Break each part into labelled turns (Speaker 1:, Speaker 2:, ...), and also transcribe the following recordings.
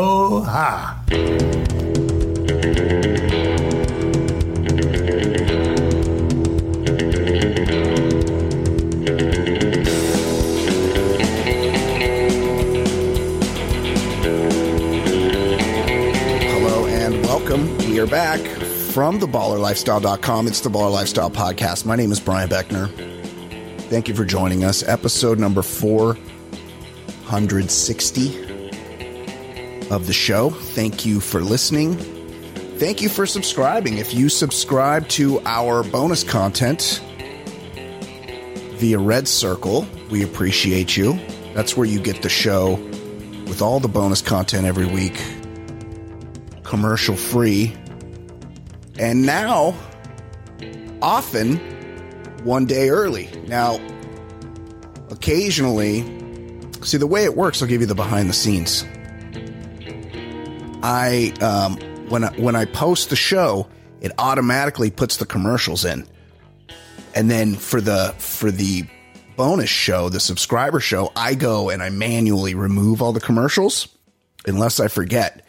Speaker 1: Aloha.
Speaker 2: Hello and welcome. We are back from theballerlifestyle.com. It's the Baller Lifestyle Podcast. My name is Brian Beckner. Thank you for joining us. Episode number 460 of the show. Thank you for listening. Thank you for subscribing. If you subscribe to our bonus content via Red Circle, we appreciate you. That's where you get the show with all the bonus content every week commercial free. And now, often one day early. Now, occasionally, see the way it works, I'll give you the behind the scenes. I um, when I, when I post the show, it automatically puts the commercials in. And then for the for the bonus show, the subscriber show, I go and I manually remove all the commercials unless I forget.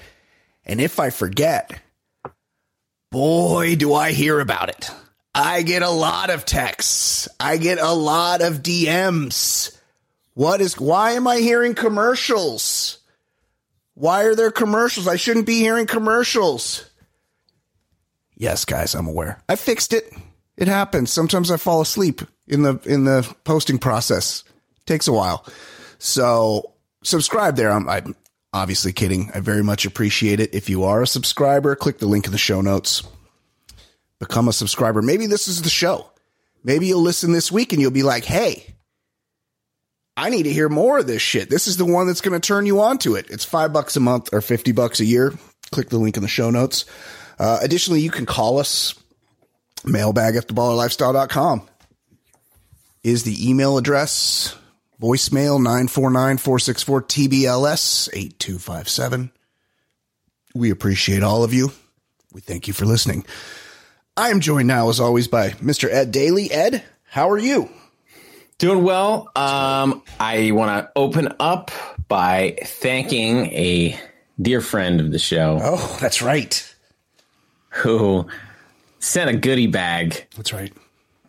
Speaker 2: And if I forget, boy, do I hear about it. I get a lot of texts. I get a lot of DMs. What is, why am I hearing commercials? Why are there commercials? I shouldn't be hearing commercials. Yes, guys, I'm aware. I fixed it. It happens. Sometimes I fall asleep in the, in the posting process. takes a while. So subscribe there. I'm, I'm obviously kidding. I very much appreciate it. If you are a subscriber, click the link in the show notes. Become a subscriber. Maybe this is the show. Maybe you'll listen this week and you'll be like, hey, I need to hear more of this shit. This is the one that's going to turn you on to it. It's five bucks a month or 50 bucks a year. Click the link in the show notes. Uh, additionally, you can call us mailbag at theballerlifestyle.com is the email address voicemail 949-464-TBLS 8257. We appreciate all of you. We thank you for listening. I am joined now as always by Mr. Ed Daly. Ed, how are you?
Speaker 3: Doing well. Um, I want to open up by thanking a dear friend of the show
Speaker 2: Oh, that's right.
Speaker 3: who sent a goodie bag
Speaker 2: That's right.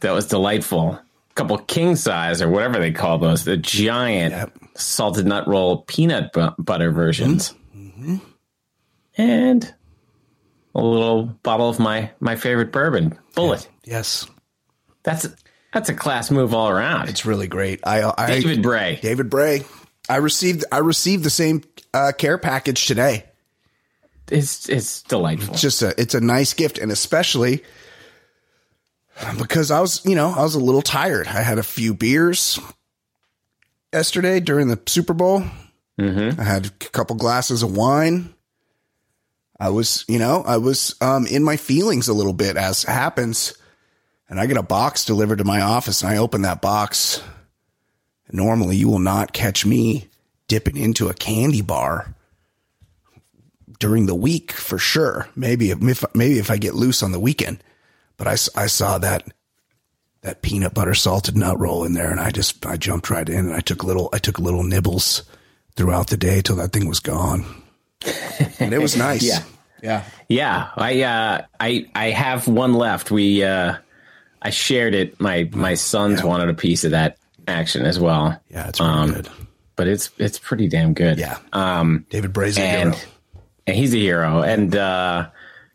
Speaker 3: that was delightful. A couple king size or whatever they call those, the giant
Speaker 2: Yep.
Speaker 3: salted nut roll peanut bu- butter versions,
Speaker 2: Mm-hmm.
Speaker 3: Mm-hmm. and a little bottle of my my favorite bourbon, Bullet.
Speaker 2: Yes.
Speaker 3: That's that's a class move all around.
Speaker 2: It's really great. I I
Speaker 3: David Bray.
Speaker 2: David Bray. I received I received the same uh, care package today.
Speaker 3: It's it's delightful.
Speaker 2: It's just a it's a nice gift and especially because I was, you know, I was a little tired. I had a few beers yesterday during the Super Bowl. Mm-hmm. I had a couple glasses of wine. I was, you know, I was um, in my feelings a little bit as happens. And I get a box delivered to my office and I open that box. Normally, you will not catch me dipping into a candy bar during the week for sure. Maybe if maybe if I get loose on the weekend, but I, s- I saw that that peanut butter salted nut roll in there, and I just I jumped right in and I took little I took little nibbles throughout the day till that thing was gone, and it was nice.
Speaker 3: Yeah.
Speaker 2: yeah,
Speaker 3: Yeah, I uh, I I have one left. We uh, I shared it. My my sons wanted a piece of that action as well.
Speaker 2: yeah. It's really
Speaker 3: Um,
Speaker 2: good.
Speaker 3: but it's it's pretty damn good.
Speaker 2: Yeah,
Speaker 3: um,
Speaker 2: David Bray's a
Speaker 3: and
Speaker 2: hero.
Speaker 3: and he's a hero. And uh,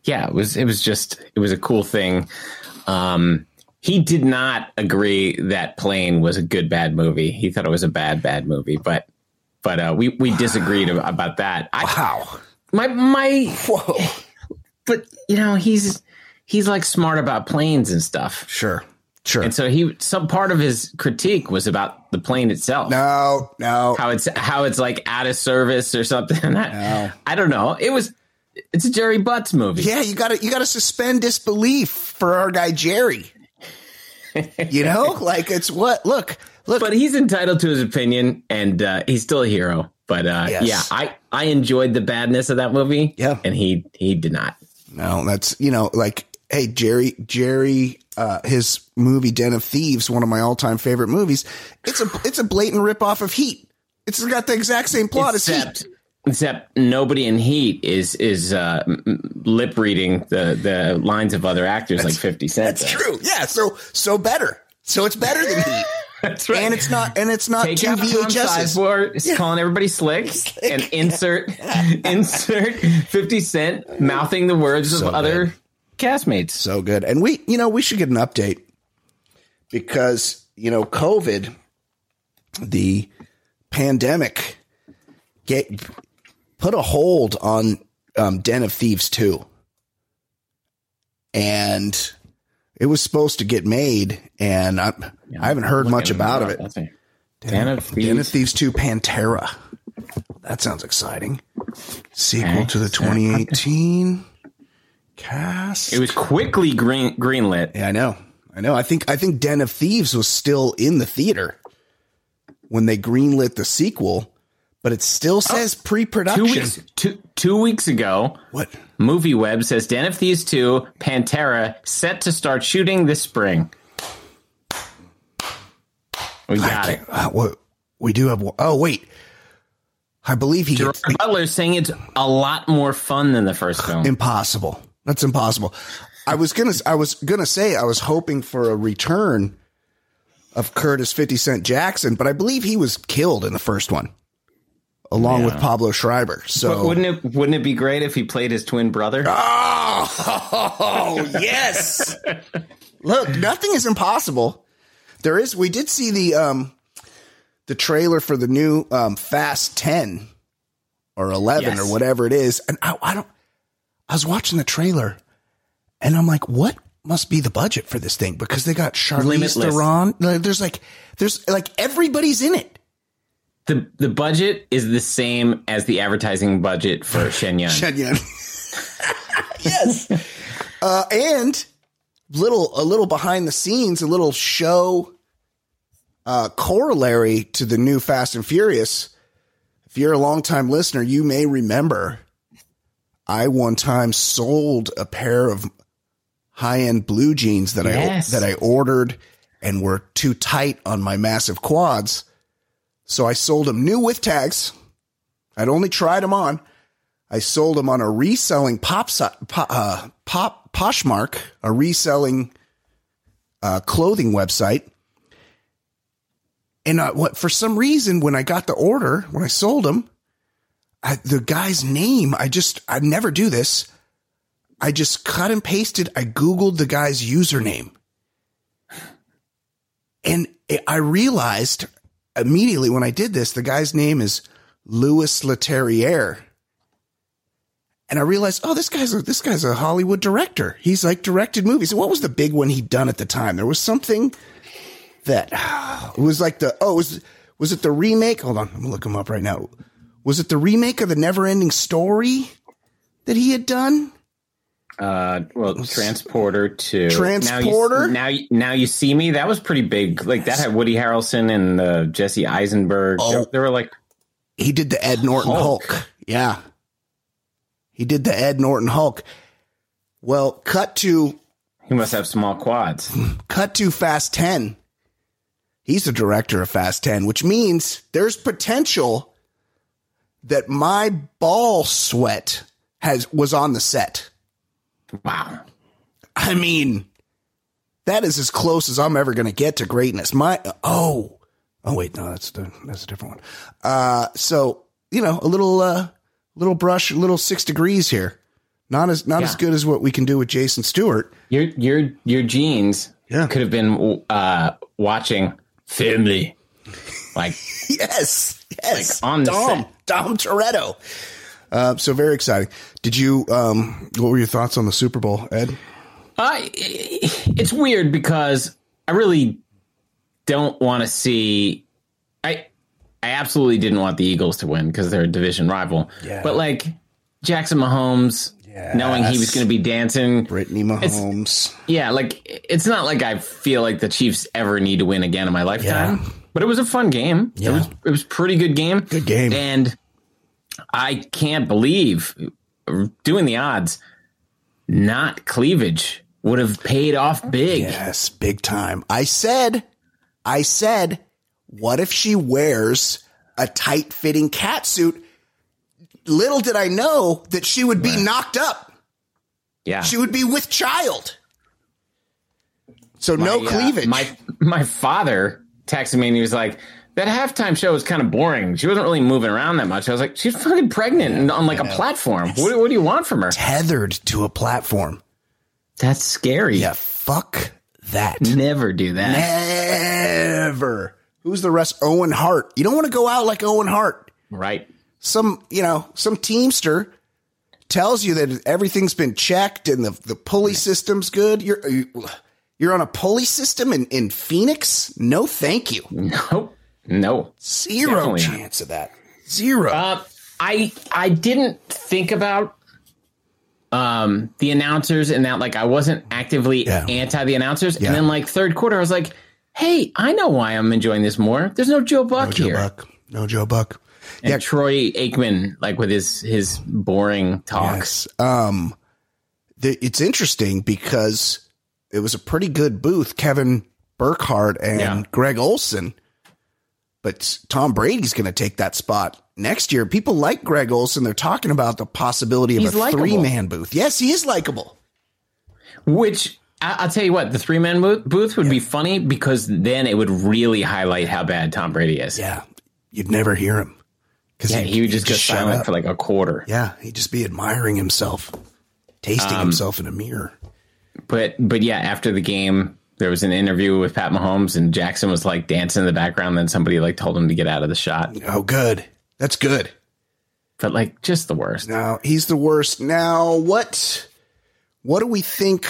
Speaker 3: yeah, it was it was just it was a cool thing. Um, he did not agree that Plane was a good bad movie. He thought it was a bad bad movie, but. But uh, we we disagreed ab- about that. I,
Speaker 2: Wow,
Speaker 3: my my
Speaker 2: whoa,
Speaker 3: but you know he's he's like smart about planes and stuff
Speaker 2: sure, sure.
Speaker 3: and so he some part of his critique was about the plane itself
Speaker 2: no, no,
Speaker 3: how it's how it's like out of service or something I,
Speaker 2: No.
Speaker 3: I don't know it was it's a jerry butts movie
Speaker 2: yeah. You gotta you gotta suspend disbelief for our guy Jerry. you know, like it's what look look.
Speaker 3: but he's entitled to his opinion and uh, he's still a hero but uh,
Speaker 2: Yes.
Speaker 3: yeah i i enjoyed the badness of that movie
Speaker 2: Yeah.
Speaker 3: and he he did not
Speaker 2: No, that's you know, like hey, Jerry, Jerry, uh, his movie Den of Thieves, one of my all-time favorite movies. It's a it's a blatant ripoff of Heat. It's got the exact same plot as Heat.
Speaker 3: except Except nobody in Heat is is uh, lip reading the, the lines of other actors like Fifty Cent.
Speaker 2: That's
Speaker 3: does.
Speaker 2: true. Yeah. So so better. So it's better than Heat.
Speaker 3: That's right.
Speaker 2: And it's not. And it's not
Speaker 3: Take
Speaker 2: two
Speaker 3: out Tom
Speaker 2: VHSs.
Speaker 3: Sizemore, is calling everybody slick, and insert insert Fifty Cent mouthing the words
Speaker 2: So
Speaker 3: of other castmates.
Speaker 2: So good. And we, you know, we should get an update because you know COVID, the pandemic, get put a hold on um, Den of Thieves two, and it was supposed to get made, and I, I haven't heard much about it.
Speaker 3: That's me. Dan of
Speaker 2: Den of
Speaker 3: Thieves.
Speaker 2: Thieves 2 Pantera. That sounds exciting. Sequel
Speaker 3: Okay.
Speaker 2: to the 2018 cast.
Speaker 3: It was quickly green greenlit.
Speaker 2: yeah, I know. I know. I think I think Den of Thieves was still in the theater when they greenlit the sequel, but it still says
Speaker 3: Oh, Two
Speaker 2: pre-production.
Speaker 3: weeks two, two weeks ago,
Speaker 2: What?
Speaker 3: Movie Web says Dan of Thieves 2 Pantera set to start shooting this spring. We got it.
Speaker 2: Uh, what? We do have. one- Oh wait, I believe he
Speaker 3: Gerard
Speaker 2: gets
Speaker 3: Butler's saying it's a lot more fun than the first film.
Speaker 2: impossible. That's impossible. I was gonna I was gonna say I was hoping for a return of Curtis Fifty Cent Jackson, but I believe he was killed in the first one, along with Pablo Schreiber. So Uh,
Speaker 3: Wouldn't it wouldn't it be great if he played his twin brother?
Speaker 2: Oh yes. Look, nothing is impossible. There is we did see the um the trailer for the new um Fast 10 or 11
Speaker 3: Yes.
Speaker 2: or whatever it is and I, I don't I was watching the trailer and I'm like what must be the budget for this thing because they got Charlize
Speaker 3: Limitless.
Speaker 2: Theron like, there's like there's like everybody's in it.
Speaker 3: The the budget is the same as the advertising budget for Shenyang.
Speaker 2: Shen Yun. yes. Uh, and little a little behind the scenes, a little show uh, corollary to the new Fast and Furious. If you're a longtime listener, you may remember I one time sold a pair of high end blue jeans that
Speaker 3: Yes.
Speaker 2: I that I ordered and were too tight on my massive quads. So I sold them new with tags. I'd only tried them on. I sold them on a reselling pop, si- po- uh, pop Poshmark, a reselling uh, clothing website. And uh, what for some reason, when I got the order, when I sold them, I, the guy's name, I just I never do this. I just cut and pasted. I googled the guy's username, and I- I realized immediately when I did this, the guy's name is Louis Leterrier. And I realized, oh, this guy's a, this guy's a Hollywood director. He's like directed movies. And what was the big one he'd done at the time? There was something that it was like the oh, it was was it the remake? Hold on, I'm gonna look him up right now. Was it the remake of the Never Ending Story that he had done?
Speaker 3: Uh, well, transporter to
Speaker 2: Transporter?
Speaker 3: Now you, now, you, now you see me. That was pretty big. Like that had Woody Harrelson and uh, Jesse Eisenberg.
Speaker 2: Oh.
Speaker 3: They were like,
Speaker 2: He did the Ed Norton Hulk.
Speaker 3: Hulk.
Speaker 2: Yeah. He did the Ed Norton Hulk. Well, cut to
Speaker 3: he must have small quads.
Speaker 2: cut to Fast 10. He's the director of Fast 10, which means there's potential that my ball sweat has was on the set.
Speaker 3: Wow.
Speaker 2: I mean, that is as close as I'm ever going to get to greatness. My oh, oh wait, no, that's the, that's a different one. Uh, so you know, a little uh, little brush, a little six degrees here. Not as not as
Speaker 3: Yeah.
Speaker 2: good as what we can do with Jason Stewart.
Speaker 3: Your your your jeans
Speaker 2: Yeah.
Speaker 3: could have been uh, watching family. Like
Speaker 2: Yes, yes,
Speaker 3: Like, on the
Speaker 2: Dom
Speaker 3: set.
Speaker 2: Dom Toretto. Uh, so very exciting. Did you? Um, what were your thoughts on the Super Bowl, Ed?
Speaker 3: I, it's weird because I really don't want to see. I I absolutely didn't want the Eagles to win because they're a division rival.
Speaker 2: Yeah.
Speaker 3: But like Jackson Mahomes, knowing he was
Speaker 2: Yes.
Speaker 3: going to be dancing,
Speaker 2: Brittany Mahomes.
Speaker 3: yeah, like it's not like I feel like the Chiefs ever need to win again in my lifetime. But it was a fun game. It was it was a pretty good game. Good
Speaker 2: game.
Speaker 3: And I can't believe doing the odds, not cleavage would have paid off big.
Speaker 2: Yes, big time. I said, I said, what if she wears a tight fitting catsuit? little did I know that she would be
Speaker 3: Right.
Speaker 2: knocked up.
Speaker 3: Yeah.
Speaker 2: She would be with child. So no
Speaker 3: My, uh,
Speaker 2: cleavage.
Speaker 3: my my father texted me and he was like, "That halftime show was kind of boring. She wasn't really moving around that much." I was like, "She's fucking pregnant and on like a platform. What, what do you want from her?
Speaker 2: tethered to a platform.
Speaker 3: That's scary.
Speaker 2: Yeah, fuck that.
Speaker 3: Never do that.
Speaker 2: Never. Who's the rest? Owen Hart. You don't want to go out like Owen Hart.
Speaker 3: Right?
Speaker 2: Some, you know, some teamster tells you that everything's been checked and the, the pulley system's good. You're you- you're on a pulley system in, in Phoenix? No, thank you.
Speaker 3: No, no.
Speaker 2: Zero
Speaker 3: Mm. Definitely not.
Speaker 2: chance of that. Zero.
Speaker 3: Uh, I I didn't think about um the announcers and that like I wasn't actively
Speaker 2: Yeah.
Speaker 3: anti the announcers.
Speaker 2: Yeah.
Speaker 3: And then like third quarter, I was like, "Hey, I know why I'm enjoying this more. There's no Joe Buck
Speaker 2: Joe
Speaker 3: here."
Speaker 2: Buck. No Joe Buck.
Speaker 3: And
Speaker 2: Yeah.
Speaker 3: Troy Aikman, like with his his boring talks.
Speaker 2: Yes. Um, the, it's interesting because it was a pretty good booth. Kevin Burkhardt and
Speaker 3: Yeah.
Speaker 2: Greg Olson, but Tom Brady's going to take that spot next year. People like Greg Olson. They're talking about the possibility of
Speaker 3: He's
Speaker 2: a
Speaker 3: likable.
Speaker 2: three man booth. Yes, he is likable.
Speaker 3: Which I, I'll tell you what, the three man booth, booth would be funny because then it would really highlight how bad Tom Brady is.
Speaker 2: Yeah, you'd never hear him because
Speaker 3: Yeah, he would just go silent for like a quarter.
Speaker 2: Yeah, he'd just be admiring himself, tasting
Speaker 3: Um,
Speaker 2: himself in a mirror.
Speaker 3: But but yeah, after the game, there was an interview with Pat Mahomes, and Jackson was like dancing in the background. Then somebody like told him to get out of the shot.
Speaker 2: Oh, good. That's good.
Speaker 3: But like, just the worst.
Speaker 2: Now he's the worst. Now what? What do we think?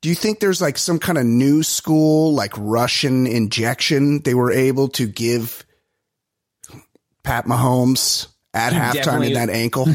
Speaker 2: Do you think there's like some kind of new school, like Russian injection they were able to give Pat Mahomes at halftime
Speaker 3: Definitely.
Speaker 2: in that ankle?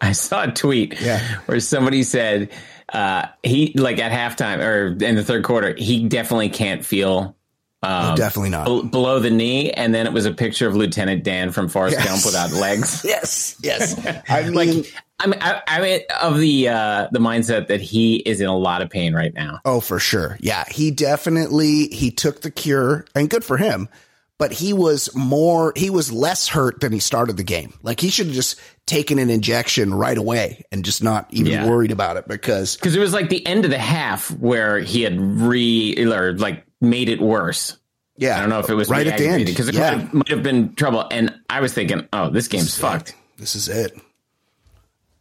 Speaker 3: I saw a tweet
Speaker 2: Yeah.
Speaker 3: where somebody said uh, he like at halftime or in the third quarter, he definitely can't feel um,
Speaker 2: Definitely not.
Speaker 3: bel- below the knee, and then it was a picture of Lieutenant Dan from Forrest
Speaker 2: Yes.
Speaker 3: Gump without legs.
Speaker 2: Yes, yes. I mean,
Speaker 3: Like, I'm I, I'm of the uh, the mindset that he is in a lot of pain right now.
Speaker 2: Oh, for sure. Yeah, he definitely he took the cure and good for him. But he was more he was less hurt than he started the game. Like he should have just taken an injection right away and just not even
Speaker 3: Yeah.
Speaker 2: worried about it because
Speaker 3: Because it was like the end of the half where he had re or like made it worse.
Speaker 2: yeah.
Speaker 3: I don't know if it was
Speaker 2: right at the end.
Speaker 3: because it
Speaker 2: yeah.
Speaker 3: might, have, might have been trouble. And I was thinking, oh, this game's fucked.
Speaker 2: This is it.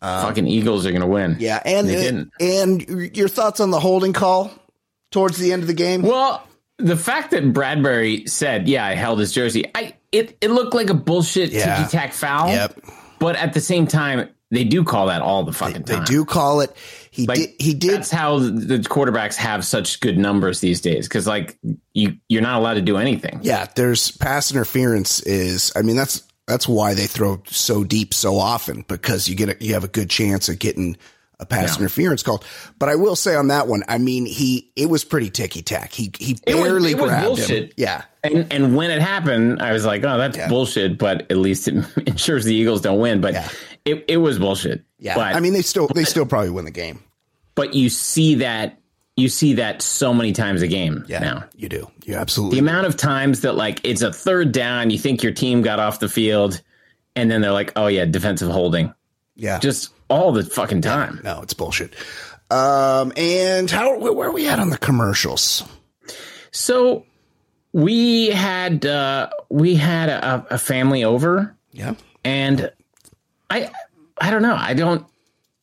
Speaker 3: Fucking Eagles are gonna win.
Speaker 2: Uh, Yeah, and
Speaker 3: They didn't.
Speaker 2: and your thoughts on the holding call towards the end of the game?
Speaker 3: Well, the fact that Bradbury said, "Yeah, I held his jersey," I it it looked like a bullshit
Speaker 2: Yeah.
Speaker 3: ticky tack foul.
Speaker 2: Yep.
Speaker 3: But at the same time, they do call that all the fucking
Speaker 2: they
Speaker 3: time.
Speaker 2: do call it. He
Speaker 3: Like,
Speaker 2: did he did
Speaker 3: That's how the quarterbacks have such good numbers these days. Because like you, you're not allowed to do anything.
Speaker 2: Yeah, there's pass interference is I mean that's that's why they throw so deep so often because you get a, you have a good chance of getting a pass
Speaker 3: Yeah.
Speaker 2: interference called. But I will say on that one, I mean he it was pretty ticky tack. He he
Speaker 3: It was-
Speaker 2: barely
Speaker 3: it was
Speaker 2: grabbed him.
Speaker 3: bullshit.
Speaker 2: Yeah.
Speaker 3: And and when it happened, I was like, "Oh, that's bullshit." But at least it ensures the Eagles don't win. But
Speaker 2: Yeah.
Speaker 3: it, it was bullshit.
Speaker 2: Yeah.
Speaker 3: But,
Speaker 2: I mean they still they still probably win the game.
Speaker 3: but you see that you see that so many times a game
Speaker 2: Yeah.
Speaker 3: now.
Speaker 2: You do. You
Speaker 3: The
Speaker 2: absolutely.
Speaker 3: amount of times that like it's a third down, you think your team got off the field, and then they're like, "Oh yeah, defensive holding."
Speaker 2: yeah.
Speaker 3: Just all the fucking time.
Speaker 2: no, it's bullshit. Um and how where where are we at on the commercials?
Speaker 3: So we had uh, we had a, a family over
Speaker 2: Yeah.
Speaker 3: and I I don't know. I don't.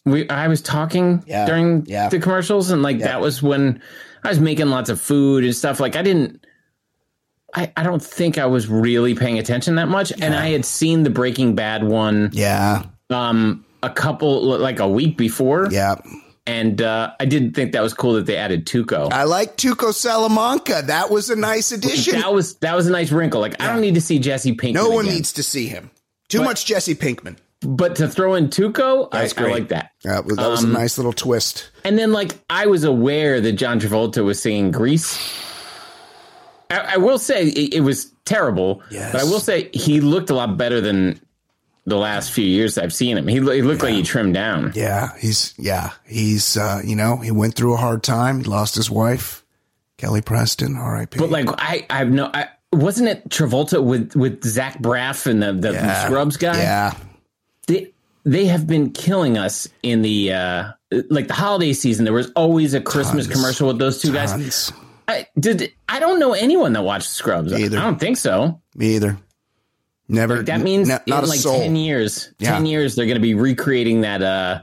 Speaker 3: We I was talking
Speaker 2: Yeah,
Speaker 3: during
Speaker 2: yeah.
Speaker 3: the commercials, and like that was when I was making lots of food and stuff. Like I didn't. I, I don't think I was really paying attention that much, and I had seen the Breaking Bad one
Speaker 2: Yeah.
Speaker 3: um a couple like a week before,
Speaker 2: Yeah.
Speaker 3: and uh, I didn't think that was cool that they added Tuco.
Speaker 2: I like Tuco Salamanca. That was a nice addition.
Speaker 3: that was that was a nice wrinkle. Like I don't need to see Jesse Pinkman.
Speaker 2: No one
Speaker 3: again.
Speaker 2: needs to see him. Too much Jesse Pinkman.
Speaker 3: but to throw in Tuco, I,
Speaker 2: That's
Speaker 3: I
Speaker 2: great.
Speaker 3: like that.
Speaker 2: That was, that was
Speaker 3: Um,
Speaker 2: a nice little twist.
Speaker 3: And then, like, I was aware that John Travolta was singing Grease. I, I will say it, it was terrible,
Speaker 2: Yes.
Speaker 3: but I will say he looked a lot better than the last few years I've seen him. He, lo- he looked like he trimmed down.
Speaker 2: Yeah, he's yeah, he's uh, you know he went through a hard time. He lost his wife, Kelly Preston, R.I.P.
Speaker 3: But like, I I've no. I, wasn't it Travolta with with Zach Braff and the, the
Speaker 2: Yeah.
Speaker 3: Scrubs guy?
Speaker 2: yeah,
Speaker 3: They, they have been killing us in the uh, like the holiday season. There was always a Christmas
Speaker 2: Tons.
Speaker 3: commercial with those two guys.
Speaker 2: Tons.
Speaker 3: I did. I don't know anyone that watched Scrubs.
Speaker 2: Me either.
Speaker 3: I don't think so.
Speaker 2: Me either. Never.
Speaker 3: That means
Speaker 2: n-
Speaker 3: in like ten years,
Speaker 2: Yeah.
Speaker 3: ten years, they're going to be recreating that uh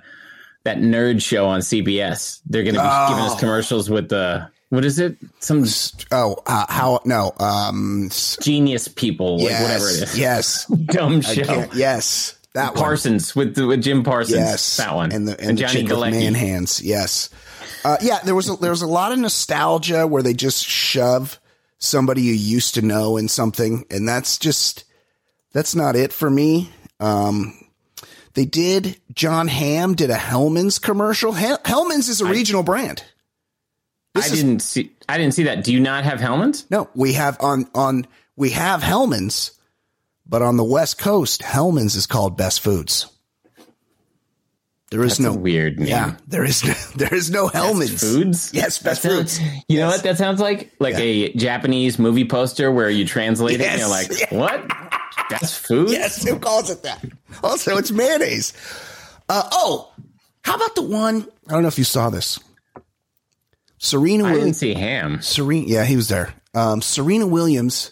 Speaker 3: that nerd show on CBS. They're going to be giving us
Speaker 2: Oh.
Speaker 3: commercials with the what is it? Some
Speaker 2: Oh, uh, how? No. Um. s-
Speaker 3: genius people, like
Speaker 2: yes.
Speaker 3: whatever it is,
Speaker 2: Yes.
Speaker 3: dumb
Speaker 2: I
Speaker 3: show.
Speaker 2: can't- Yes. That one.
Speaker 3: Parsons with the, with Jim Parsons.
Speaker 2: Yes,
Speaker 3: that one.
Speaker 2: and the and, the
Speaker 3: Johnny
Speaker 2: chick with
Speaker 3: Galecki.
Speaker 2: man hands. Yes, uh, yeah. There was a, there was a lot of nostalgia where they just shove somebody you used to know in something, and that's just that's not it for me. Um, they did. John Hamm did a Hellman's commercial. Hel- Hellman's is a regional brand.
Speaker 3: I didn't see. I didn't see that. Do you not have Hellman's?
Speaker 2: No, we have on on we have Hellman's, but on the West Coast, Hellman's is called Best Foods. There is
Speaker 3: That's
Speaker 2: no
Speaker 3: a weird name.
Speaker 2: Yeah, there is no, there is no Hellman's.
Speaker 3: Foods.
Speaker 2: Yes, best
Speaker 3: That
Speaker 2: foods.
Speaker 3: sounds- You know what that sounds like? Like a Japanese movie poster where you translate it and you're like,
Speaker 2: Yes.
Speaker 3: what? That's food?
Speaker 2: Yes, who calls it that? Also, it's mayonnaise. Uh, oh, how about the one? I don't know if you saw this. Serena
Speaker 3: I didn't
Speaker 2: Williams.
Speaker 3: see ham.
Speaker 2: Serena, yeah, he was there. Um, Serena Williams.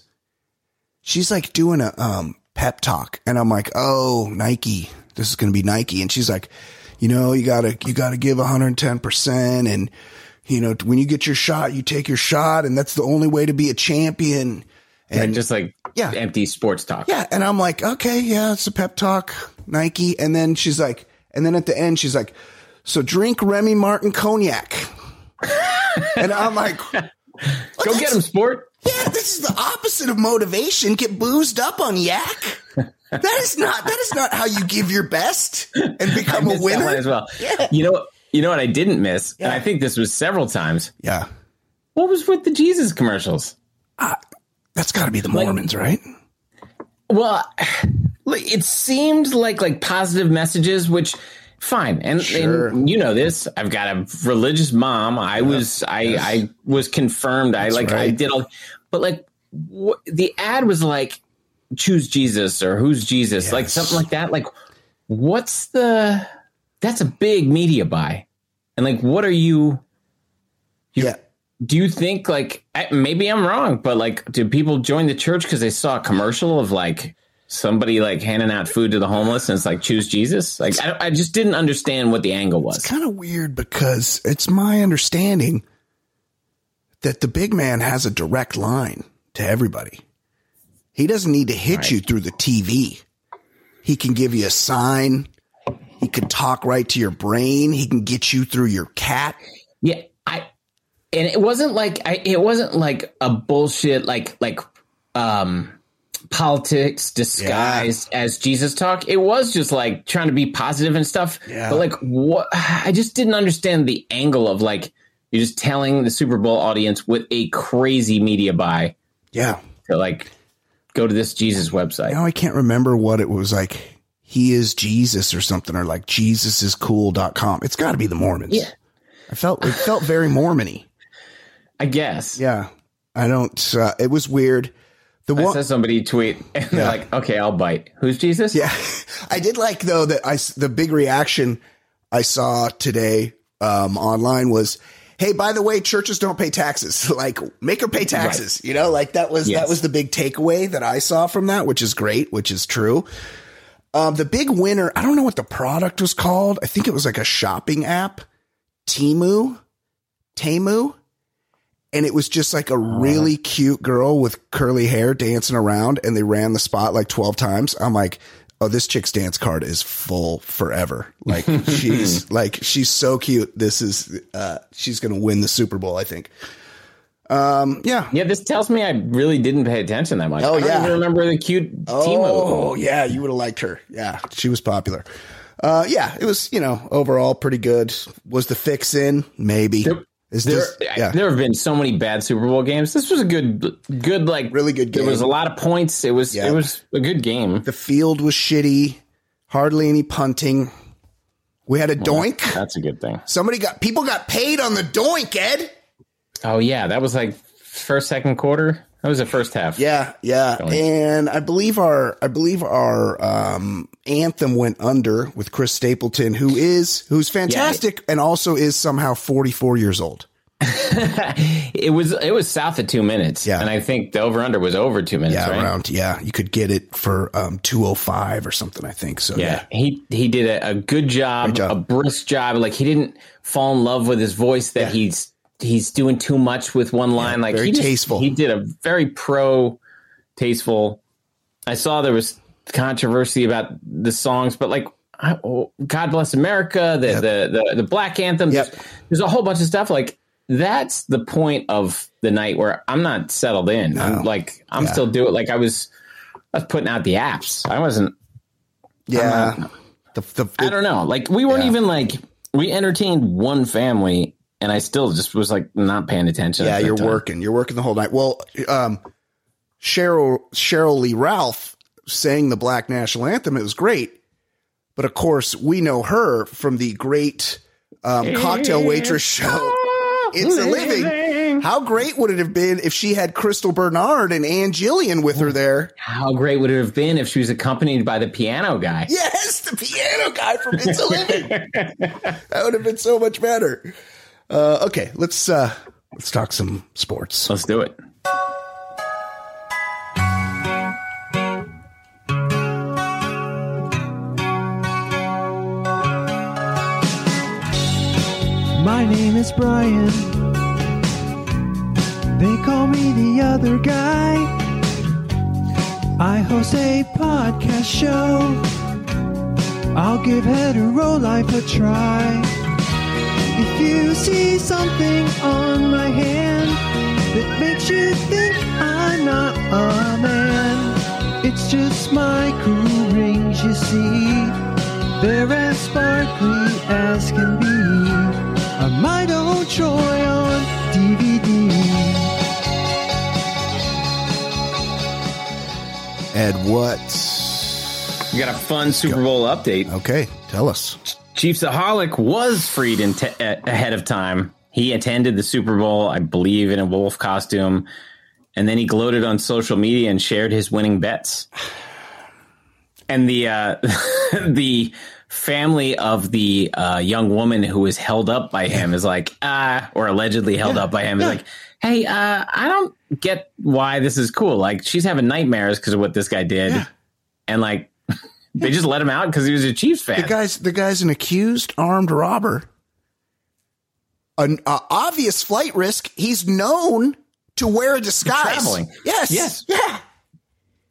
Speaker 2: She's like doing a um, pep talk, and I'm like, oh, Nike, this is going to be Nike, and she's like, you know, you gotta you gotta give 110 percent, and you know, when you get your shot, you take your shot, and that's the only way to be a champion.
Speaker 3: And just like
Speaker 2: Yeah.
Speaker 3: empty sports talk.
Speaker 2: Yeah. And I'm like, okay, yeah, it's a pep talk, Nike. And then she's like, and then at the end, she's like, so drink Remy Martin cognac. and I'm like,
Speaker 3: Go get him, sport.
Speaker 2: yeah, this is the opposite of motivation. Get boozed up on yak. That is not that is not how you give your best and become a
Speaker 3: Missed that one
Speaker 2: winner.
Speaker 3: as well. You know, you know what I didn't miss, and
Speaker 2: Yeah.
Speaker 3: I think this was several times.
Speaker 2: Yeah.
Speaker 3: What was with the Jesus commercials?
Speaker 2: That's gotta be the Mormons, right?
Speaker 3: Well, like, it seemed like like positive messages, which fine, and,
Speaker 2: Sure.
Speaker 3: and you know this. I've got a religious mom. I was I I was confirmed. I like I
Speaker 2: right.
Speaker 3: did all, but like wh- the ad was like choose Jesus or who's Jesus, like
Speaker 2: Yes.
Speaker 3: something like that. Like what's the? That's a big media buy, and like what are you?
Speaker 2: Yeah.
Speaker 3: Do you think like I, maybe I'm wrong, but like, do people join the church because they saw a commercial of like somebody like handing out food to the homeless and it's like choose Jesus? Like, I, don't- I just didn't understand what the angle was.
Speaker 2: kind of weird because it's my understanding that the big man has a direct line to everybody. He doesn't need to hit you through the TV. He can give you a sign. He can talk right to your brain. He can get you through your cat.
Speaker 3: Yeah, I and it wasn't like I it wasn't like a bullshit like like um politics disguised as Jesus talk. It was just like trying to be positive and stuff.
Speaker 2: Yeah.
Speaker 3: But like what I just didn't understand the angle of like you're just telling the Super Bowl audience with a crazy media buy
Speaker 2: Yeah.
Speaker 3: to like go to this Jesus website.
Speaker 2: Now I can't remember what it was like. He is Jesus or something or like jesusiscool.com. It's got to be the Mormons.
Speaker 3: Yeah.
Speaker 2: I felt it felt very Mormony.
Speaker 3: I guess.
Speaker 2: Yeah. I don't uh, it was weird. The
Speaker 3: I
Speaker 2: one
Speaker 3: saw somebody tweet and they're
Speaker 2: Yeah.
Speaker 3: like, okay, I'll bite. Who's Jesus?
Speaker 2: Yeah, I did like though that I s- the big reaction I saw today um, online was, "Hey, by the way, churches don't pay taxes. like, make her pay taxes." You know, like that was
Speaker 3: Yes.
Speaker 2: that was the big takeaway that I saw from that, which is great, which is true. Um, the big winner, I don't know what the product was called. I think it was like a shopping app, Timu, Tamu. And it was just like a really cute girl with curly hair dancing around, and they ran the spot like 12 times. I'm like, oh, this chick's dance card is full forever. Like, she's like, she's so cute. This is, uh, she's going to win the Super Bowl, I think. Um, yeah.
Speaker 3: Yeah, this tells me I really didn't pay attention that much.
Speaker 2: Oh,
Speaker 3: I don't
Speaker 2: yeah.
Speaker 3: even remember the cute Timo.
Speaker 2: Oh, yeah, you would have liked her. Yeah, she was popular. Uh, yeah, it was you know overall pretty good. Was the fix in maybe?
Speaker 3: There-
Speaker 2: it's
Speaker 3: There,
Speaker 2: just yeah,
Speaker 3: there have been so many bad Super Bowl games. This was a good, good like
Speaker 2: Really good
Speaker 3: There
Speaker 2: game.
Speaker 3: was a lot of points. It was
Speaker 2: Yeah.
Speaker 3: it was a good game.
Speaker 2: the field was shitty. Hardly any punting. We had a doink.
Speaker 3: That's a good thing.
Speaker 2: Somebody got people got paid on the doink. Ed,
Speaker 3: Oh yeah, that was like first second quarter. That was the first half.
Speaker 2: Yeah, yeah. And I believe our I believe our um anthem went under with Chris Stapleton, who is who's fantastic and also is somehow forty four years old.
Speaker 3: it was it was south of two minutes.
Speaker 2: Yeah.
Speaker 3: and I think the over under was over two minutes.
Speaker 2: Yeah,
Speaker 3: right?
Speaker 2: around yeah. You could get it for um two oh five or something, I think. So yeah.
Speaker 3: Yeah, he he did a, a good job,
Speaker 2: job.
Speaker 3: a brisk job. Like he didn't fall in love with his voice. That
Speaker 2: Yeah.
Speaker 3: he's he's doing too much with one line. like
Speaker 2: very
Speaker 3: he just-
Speaker 2: tasteful.
Speaker 3: He did a very pro tasteful. I saw there was controversy about the songs, but like I- oh, God Bless America, the
Speaker 2: Yep.
Speaker 3: the, the the Black Anthem.
Speaker 2: Yep.
Speaker 3: There's, there's a whole bunch of stuff like. That's the point of the night where I'm not settled in.
Speaker 2: No.
Speaker 3: I'm like I'm
Speaker 2: Yeah.
Speaker 3: still doing like I was I was putting out the apps. I wasn't
Speaker 2: Yeah. The, the,
Speaker 3: I don't know. Like we weren't
Speaker 2: Yeah.
Speaker 3: even like we entertained one family, and I still just was like not paying attention.
Speaker 2: yeah,
Speaker 3: at that
Speaker 2: you're
Speaker 3: time.
Speaker 2: working. You're working the whole night. Well, um, Cheryl Cheryl Lee Ralph sang the Black National Anthem. It was great, but of course we know her from the great um, cocktail waitress show. It's a living. How great would it have been if she had Crystal Bernard and Ann Jillian with her there?
Speaker 3: How great would it have been if she was accompanied by the piano guy?
Speaker 2: Yes, the piano guy from It's a Living. that would have been so much better. Uh, okay, let's uh, let's talk some sports.
Speaker 3: Let's do it.
Speaker 1: My name is Brian. They call me the other guy. I host a podcast show. I'll give hetero life a try. If you see something on my hand that makes you think I'm not a man, it's just my cool rings you see. They're as sparkly as can be. I'm my own Troy on DVD.
Speaker 2: Ed, what
Speaker 3: We got a fun Super Bowl update.
Speaker 2: Okay, tell us.
Speaker 3: Chief Zaholic was freed in te- a- ahead of time. He attended the Super Bowl, I believe, in a wolf costume, and then he gloated on social media and shared his winning bets. And the uh, the family of the uh, young woman who was held up by him is like, ah, or allegedly held up by him is
Speaker 1: yeah.
Speaker 3: like, hey, uh, I don't get why this is cool. Like, she's having nightmares because of what this guy did,
Speaker 2: Yeah.
Speaker 3: and like, they just let him out because he was a Chiefs fan.
Speaker 2: The guy's the guy's an accused armed robber. An uh, obvious flight risk. He's known to wear a disguise.
Speaker 3: Traveling.
Speaker 2: Yes.
Speaker 3: Yes.
Speaker 2: Yeah.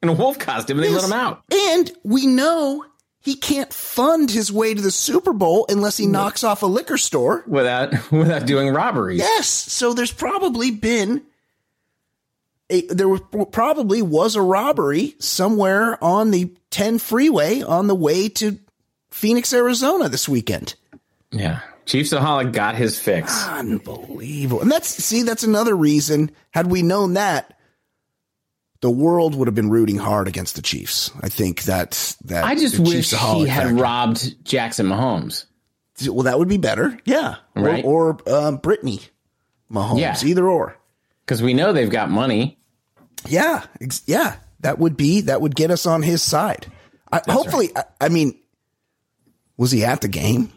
Speaker 3: in a wolf costume and they
Speaker 2: Yes.
Speaker 3: let him out.
Speaker 2: And we know he can't fund his way to the Super Bowl unless he knocks off a liquor store.
Speaker 3: without without doing robberies.
Speaker 2: Yes. So there's probably been a, there was, probably was a robbery somewhere on the 10 freeway on the way to Phoenix, Arizona this weekend.
Speaker 3: Yeah. Chief Saholic got his fix.
Speaker 2: Unbelievable. And that's see, that's another reason. Had we known that, the world would have been rooting hard against the Chiefs. I think that that
Speaker 3: I just
Speaker 2: the
Speaker 3: wish he
Speaker 2: Chiefsaholic
Speaker 3: had
Speaker 2: factor-
Speaker 3: robbed Jackson Mahomes.
Speaker 2: Well, that would be better. Yeah, Or-
Speaker 3: Right.
Speaker 2: Or, um, Brittany Mahomes,
Speaker 3: Yeah.
Speaker 2: either or.
Speaker 3: Because we know they've got money.
Speaker 2: Yeah, ex- yeah. That would be that would get us on his side. I, hopefully, I, I mean, was he at the game?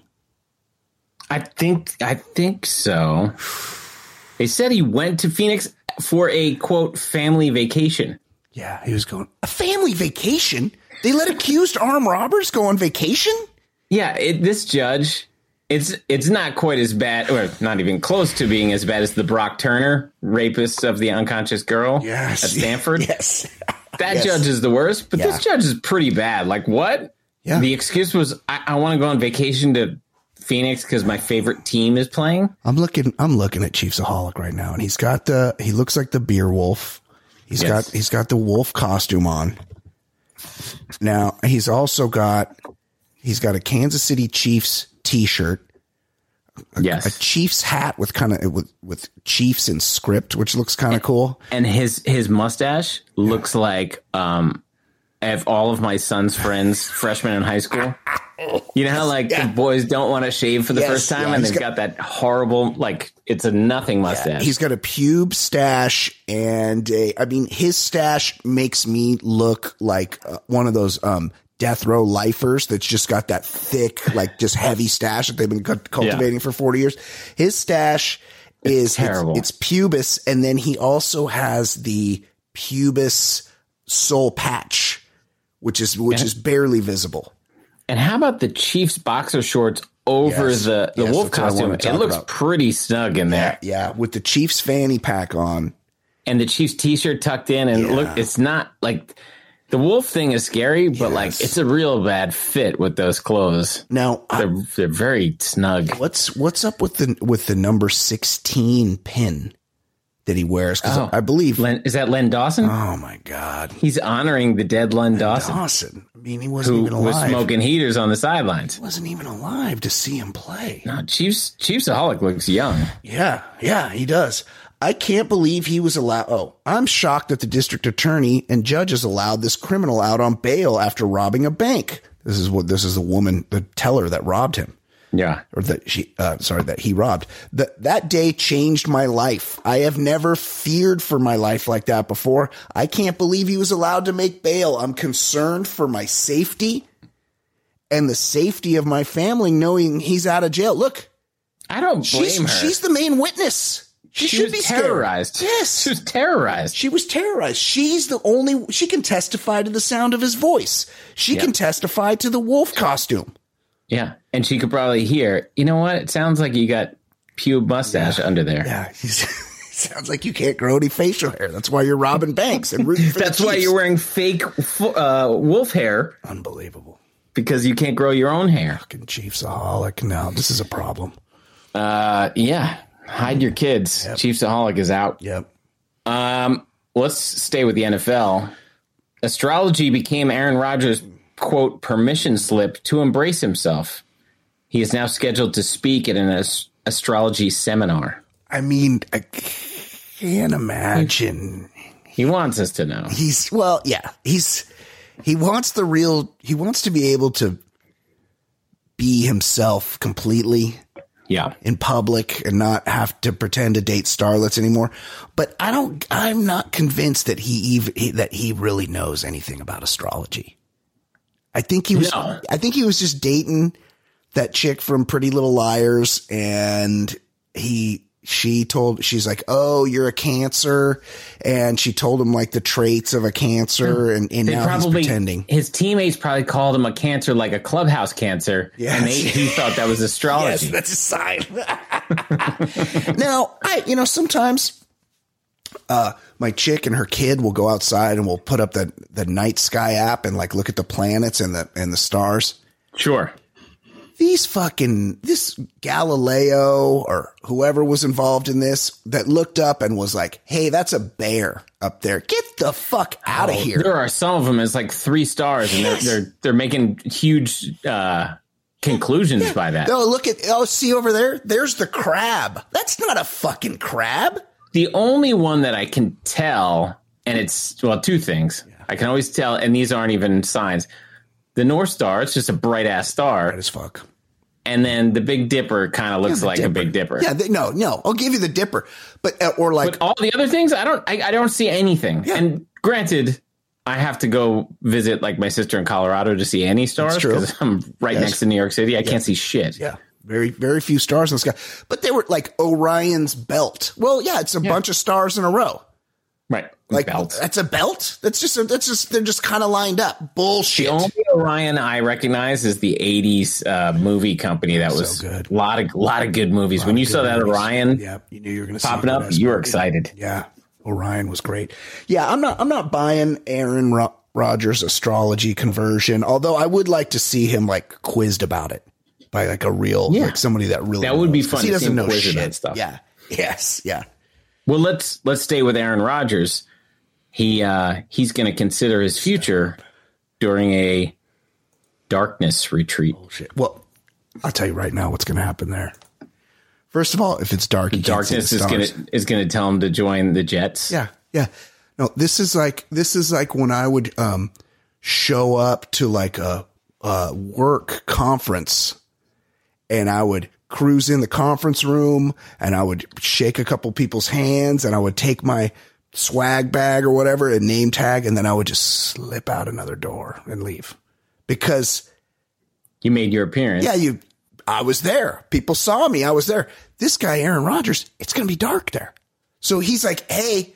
Speaker 3: I think I think so. They said he went to Phoenix for a quote family vacation.
Speaker 2: Yeah, he was going a family vacation. They let accused armed robbers go on vacation.
Speaker 3: Yeah, it, this judge, it's it's not quite as bad, or not even close to being as bad as the Brock Turner rapist of the unconscious girl
Speaker 2: Yes.
Speaker 3: at Stanford.
Speaker 2: Yes.
Speaker 3: That
Speaker 2: Yes.
Speaker 3: judge is the worst, but
Speaker 2: Yeah.
Speaker 3: this judge is pretty bad. Like what?
Speaker 2: Yeah.
Speaker 3: The excuse was I, I want to go on vacation to Phoenix because my favorite team is playing.
Speaker 2: I'm looking. I'm looking at Chiefsaholic right now, and he's got the. He looks like the beer wolf. He's
Speaker 3: Yes.
Speaker 2: got. He's got the wolf costume on. Now he's also got. He's got a Kansas City Chiefs T-shirt, a
Speaker 3: Yes.
Speaker 2: Chiefs hat with kind of with with Chiefs in script, which looks kind of cool.
Speaker 3: And his his mustache looks like um of all of my son's friends, freshmen in high school. You know how like
Speaker 2: Yeah.
Speaker 3: the boys don't want to shave for the
Speaker 2: Yes,
Speaker 3: first time,
Speaker 2: yeah,
Speaker 3: and
Speaker 2: he's
Speaker 3: they've
Speaker 2: got-
Speaker 3: got, that horrible like it's a nothing mustache.
Speaker 2: He's got a pube stash, and a, I mean, his stash makes me look like uh, one of those um, death row lifers that's just got that thick, like just heavy stash that they've been cu- cultivating for 40 years. His stash is
Speaker 3: terrible.
Speaker 2: It's, it's pubis, and then he also has the pubis soul patch, which is which is barely visible.
Speaker 3: and how about the Chiefs boxer shorts over
Speaker 2: Yes.
Speaker 3: the the
Speaker 2: Yes,
Speaker 3: wolf
Speaker 2: that's what I wanted
Speaker 3: costume?
Speaker 2: to
Speaker 3: It
Speaker 2: talk
Speaker 3: looks
Speaker 2: about.
Speaker 3: pretty snug in there,
Speaker 2: Yeah, with the Chiefs fanny pack on.
Speaker 3: and the Chiefs t-shirt tucked in, and look, it's not like the wolf thing is scary, but like
Speaker 2: Yes.
Speaker 3: it's a real bad fit with those clothes.
Speaker 2: Now, I-
Speaker 3: They're they're very snug.
Speaker 2: What's what's up with the with the number sixteen pin that he wears? 'Cause
Speaker 3: Oh.
Speaker 2: I believe.
Speaker 3: Len, is that Len Dawson?
Speaker 2: oh my God,
Speaker 3: He's honoring the dead Len Dawson.
Speaker 2: Dawson! I mean, he wasn't
Speaker 3: who
Speaker 2: even alive.
Speaker 3: was smoking heaters on the sidelines.
Speaker 2: He wasn't even alive to see him play.
Speaker 3: No, Chiefs Chiefsaholic looks young.
Speaker 2: Yeah, yeah, he does. I can't believe he was allowed. Oh, I'm shocked that the district attorney and judges allowed this criminal out on bail after robbing a bank. This is what this is the woman, the teller that robbed him.
Speaker 3: Yeah.
Speaker 2: or that she, uh, sorry, that he robbed. That that day changed my life. I have never feared for my life like that before. I can't believe he was allowed to make bail. I'm concerned for my safety and the safety of my family, knowing he's out of jail. Look,
Speaker 3: I don't blame
Speaker 2: she's
Speaker 3: her.
Speaker 2: she's the main witness. She,
Speaker 3: she
Speaker 2: should
Speaker 3: was
Speaker 2: be scared.
Speaker 3: terrorized.
Speaker 2: Yes,
Speaker 3: She was terrorized.
Speaker 2: she was terrorized. She's the only. She can testify to the sound of his voice. She
Speaker 3: Yeah.
Speaker 2: can testify to the wolf costume.
Speaker 3: Yeah. And she could probably hear, you know what? It sounds like you got pube mustache under there.
Speaker 2: Yeah, he's, sounds like you can't grow any facial hair. That's why you're robbing banks and rooting for
Speaker 3: That's
Speaker 2: the
Speaker 3: why
Speaker 2: Chiefs.
Speaker 3: you're wearing fake f- uh, wolf hair
Speaker 2: unbelievable.
Speaker 3: because you can't grow your own hair.
Speaker 2: Fucking Chiefsaholic. No, this is a problem.
Speaker 3: Uh, yeah. Hide your kids. Chiefsaholic is out.
Speaker 2: Yep.
Speaker 3: Um, let's stay with the NFL. Astrology became Aaron Rodgers' quote permission slip to embrace himself. He is now scheduled to speak at an as- astrology seminar.
Speaker 2: I mean, I can't imagine.
Speaker 3: He wants us to know.
Speaker 2: He's well, yeah. He's he wants the real. He wants to be able to be himself completely.
Speaker 3: Yeah,
Speaker 2: in public and not have to pretend to date starlets anymore. But I don't, I'm not convinced that he even, he, that he really knows anything about astrology. I think he was,
Speaker 3: No.
Speaker 2: I think he was just dating that chick from Pretty Little Liars and he, she told, she's like, Oh, you're a cancer. And she told him like the traits of a cancer and, and
Speaker 3: they
Speaker 2: now
Speaker 3: probably
Speaker 2: he's pretending.
Speaker 3: his teammates probably called him a cancer, like a clubhouse cancer,
Speaker 2: Yes.
Speaker 3: and they, he thought that was astrology.
Speaker 2: Yes, that's a sign. now, I you know sometimes uh my chick and her kid will go outside and we'll put up the the night sky app and like look at the planets and the and the stars.
Speaker 3: sure.
Speaker 2: These fucking this Galileo or whoever was involved in this that looked up and was like, "Hey, that's a bear up there. Get the fuck out of here."
Speaker 3: Oh, There are some of them. It's like three stars, and
Speaker 2: Yes.
Speaker 3: they're, they're they're making huge uh, conclusions by that.
Speaker 2: Oh, look at oh, see over there. There's the crab. That's not a fucking crab.
Speaker 3: The only one that I can tell, and it's well, two things I can always tell, and these aren't even signs. The North Star, it's just a bright ass star,
Speaker 2: As fuck.
Speaker 3: and then the Big Dipper kind of looks
Speaker 2: the
Speaker 3: like a Big Dipper.
Speaker 2: Yeah, they, no, no. I'll give you the dipper, but uh, or like
Speaker 3: But oh, all the other things, I don't, I, I don't see anything.
Speaker 2: Yeah.
Speaker 3: And granted, I have to go visit like my sister in Colorado to see any stars
Speaker 2: true.
Speaker 3: because I'm right
Speaker 2: Yes.
Speaker 3: next to New York City. I can't see shit.
Speaker 2: yeah, very very few stars in the sky. But they were like Orion's belt. Well, yeah, it's a bunch of stars in a row.
Speaker 3: Right,
Speaker 2: Like
Speaker 3: belt.
Speaker 2: that's a belt. That's just a, that's just they're just kind of lined up. Bullshit.
Speaker 3: The only Orion I recognize is the '80s uh, movie company that was
Speaker 2: good.
Speaker 3: a lot of lot of good movies. When you saw that Orion
Speaker 2: yeah, you knew you were going to
Speaker 3: popping up, you were excited.
Speaker 2: Yeah, Orion was great. Yeah, I'm not I'm not buying Aaron Ro- Rodgers astrology conversion. Although I would like to see him like quizzed about it by like a real
Speaker 3: Yeah.
Speaker 2: like somebody that really
Speaker 3: That would be
Speaker 2: knows, 'cause
Speaker 3: fun
Speaker 2: He
Speaker 3: to see
Speaker 2: doesn't
Speaker 3: him
Speaker 2: know
Speaker 3: quizzed
Speaker 2: shit.
Speaker 3: about stuff.
Speaker 2: Yeah. Yes. Yeah.
Speaker 3: Well, let's let's stay with Aaron Rodgers. He uh, he's going to consider his future during a darkness retreat.
Speaker 2: Shit. Well, I'll tell you right now what's going to happen there. First of all, if it's dark, you can't
Speaker 3: Darkness
Speaker 2: see the
Speaker 3: is going
Speaker 2: stars.
Speaker 3: to is going to tell him to join the Jets.
Speaker 2: Yeah, yeah. No, this is like this is like when I would um show up to like a, a work conference and I would cruise in the conference room and I would shake a couple people's hands and I would take my swag bag or whatever and name tag and then I would just slip out another door and leave because
Speaker 3: You made your appearance.
Speaker 2: yeah you I was there people saw me I was there this guy Aaron Rodgers it's gonna be dark there so he's like hey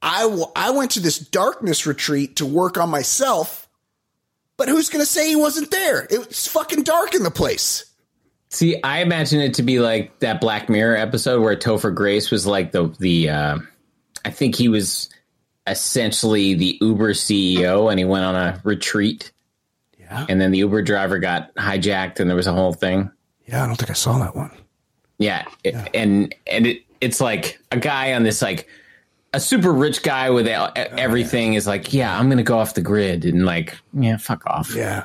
Speaker 2: I will I went to this darkness retreat to work on myself but who's gonna say he wasn't there it was fucking dark in the place
Speaker 3: See, I imagine it to be like that Black Mirror episode where Topher Grace was like the the. Uh, I think he was essentially the Uber CEO, and he went on a retreat.
Speaker 2: Yeah.
Speaker 3: And then the Uber driver got hijacked, and there was a whole thing.
Speaker 2: yeah I don't think I saw that one
Speaker 3: Yeah, it- and and it, it's like a guy on this like a super rich guy with e- everything is like, yeah, I'm gonna go off the grid, and like, yeah, fuck off.
Speaker 2: Yeah.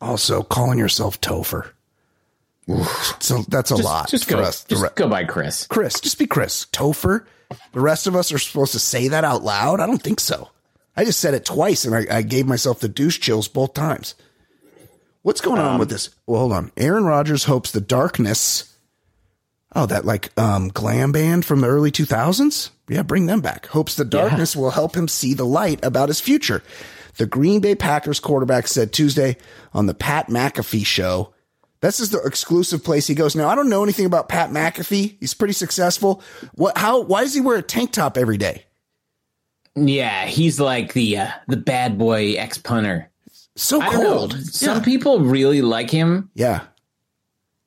Speaker 2: Also, calling yourself Topher. So that's a lot
Speaker 3: Just
Speaker 2: for
Speaker 3: go,
Speaker 2: us. The
Speaker 3: just
Speaker 2: re-
Speaker 3: go by Chris.
Speaker 2: Chris, just be Chris. Topher. The rest of us are supposed to say that out loud. I don't think so. I just said it twice, and I, I gave myself the douche chills both times. What's going on with this? Well, hold on. Aaron Rodgers hopes the darkness. Oh, that like um, glam band from the early 2000s? Yeah, bring them back. Hopes the darkness will help him see the light about his future. The Green Bay Packers quarterback said Tuesday on the Pat McAfee show. This is the exclusive place he goes. Now, I don't know anything about Pat McAfee. He's pretty successful. What, how, why does he wear a tank top every day?
Speaker 3: Yeah, he's like the uh, the bad boy ex punter.
Speaker 2: So
Speaker 3: I don't
Speaker 2: cold.
Speaker 3: know. Some people really like him.
Speaker 2: Yeah.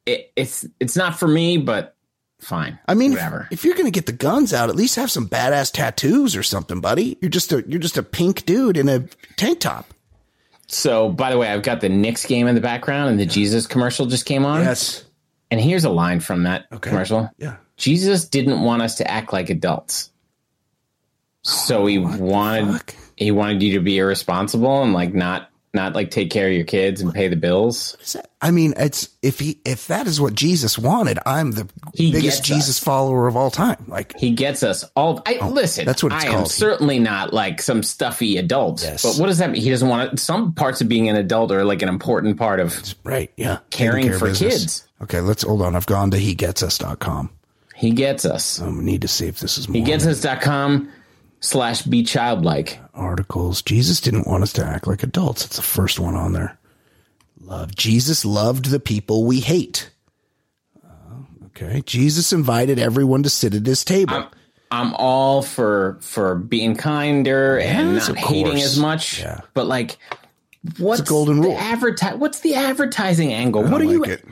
Speaker 3: It, it's it's not for me, but fine.
Speaker 2: I mean, if-
Speaker 3: whatever.
Speaker 2: if you're going to get the guns out, at least have some badass tattoos or something, buddy. You're just a you're just a pink dude in a tank top.
Speaker 3: So, by the way, I've got the Knicks game in the background, and the Jesus commercial just came on.
Speaker 2: Yes.
Speaker 3: And here's a line from that
Speaker 2: Okay.
Speaker 3: commercial:
Speaker 2: Yeah.
Speaker 3: Jesus didn't want us to act like adults, so he wanted
Speaker 2: fuck?
Speaker 3: he wanted you to be irresponsible and like not not like take care of your kids and pay the bills.
Speaker 2: Is that- I mean, it's if he if that is what Jesus wanted, I'm the
Speaker 3: He
Speaker 2: biggest
Speaker 3: gets
Speaker 2: Jesus follower of all time. Like,
Speaker 3: He gets us all. I listen.
Speaker 2: Oh, that's what it's
Speaker 3: I am
Speaker 2: called.
Speaker 3: certainly not like some stuffy adult.
Speaker 2: Yes.
Speaker 3: But what does that mean? He doesn't want to, some parts of being an adult are like an important part of
Speaker 2: right? Yeah.
Speaker 3: Caring
Speaker 2: Taking care of
Speaker 3: for
Speaker 2: business.
Speaker 3: kids.
Speaker 2: Okay, let's hold on. I've gone to hegetsus.com.
Speaker 3: He gets us.
Speaker 2: I um, need to see if this is more
Speaker 3: He gets us.com slash be childlike.
Speaker 2: articles. Jesus didn't want us to act like adults. It's the first one on there. Love. Jesus loved the people we hate. Uh, okay. Jesus invited everyone to sit at his table.
Speaker 3: I'm all for for being kinder and
Speaker 2: Yes,
Speaker 3: not
Speaker 2: of
Speaker 3: hating
Speaker 2: course.
Speaker 3: as much.
Speaker 2: Yeah.
Speaker 3: But like what's
Speaker 2: golden
Speaker 3: the
Speaker 2: rule.
Speaker 3: adverti- what's the advertising angle? What are
Speaker 2: I
Speaker 3: you
Speaker 2: like it.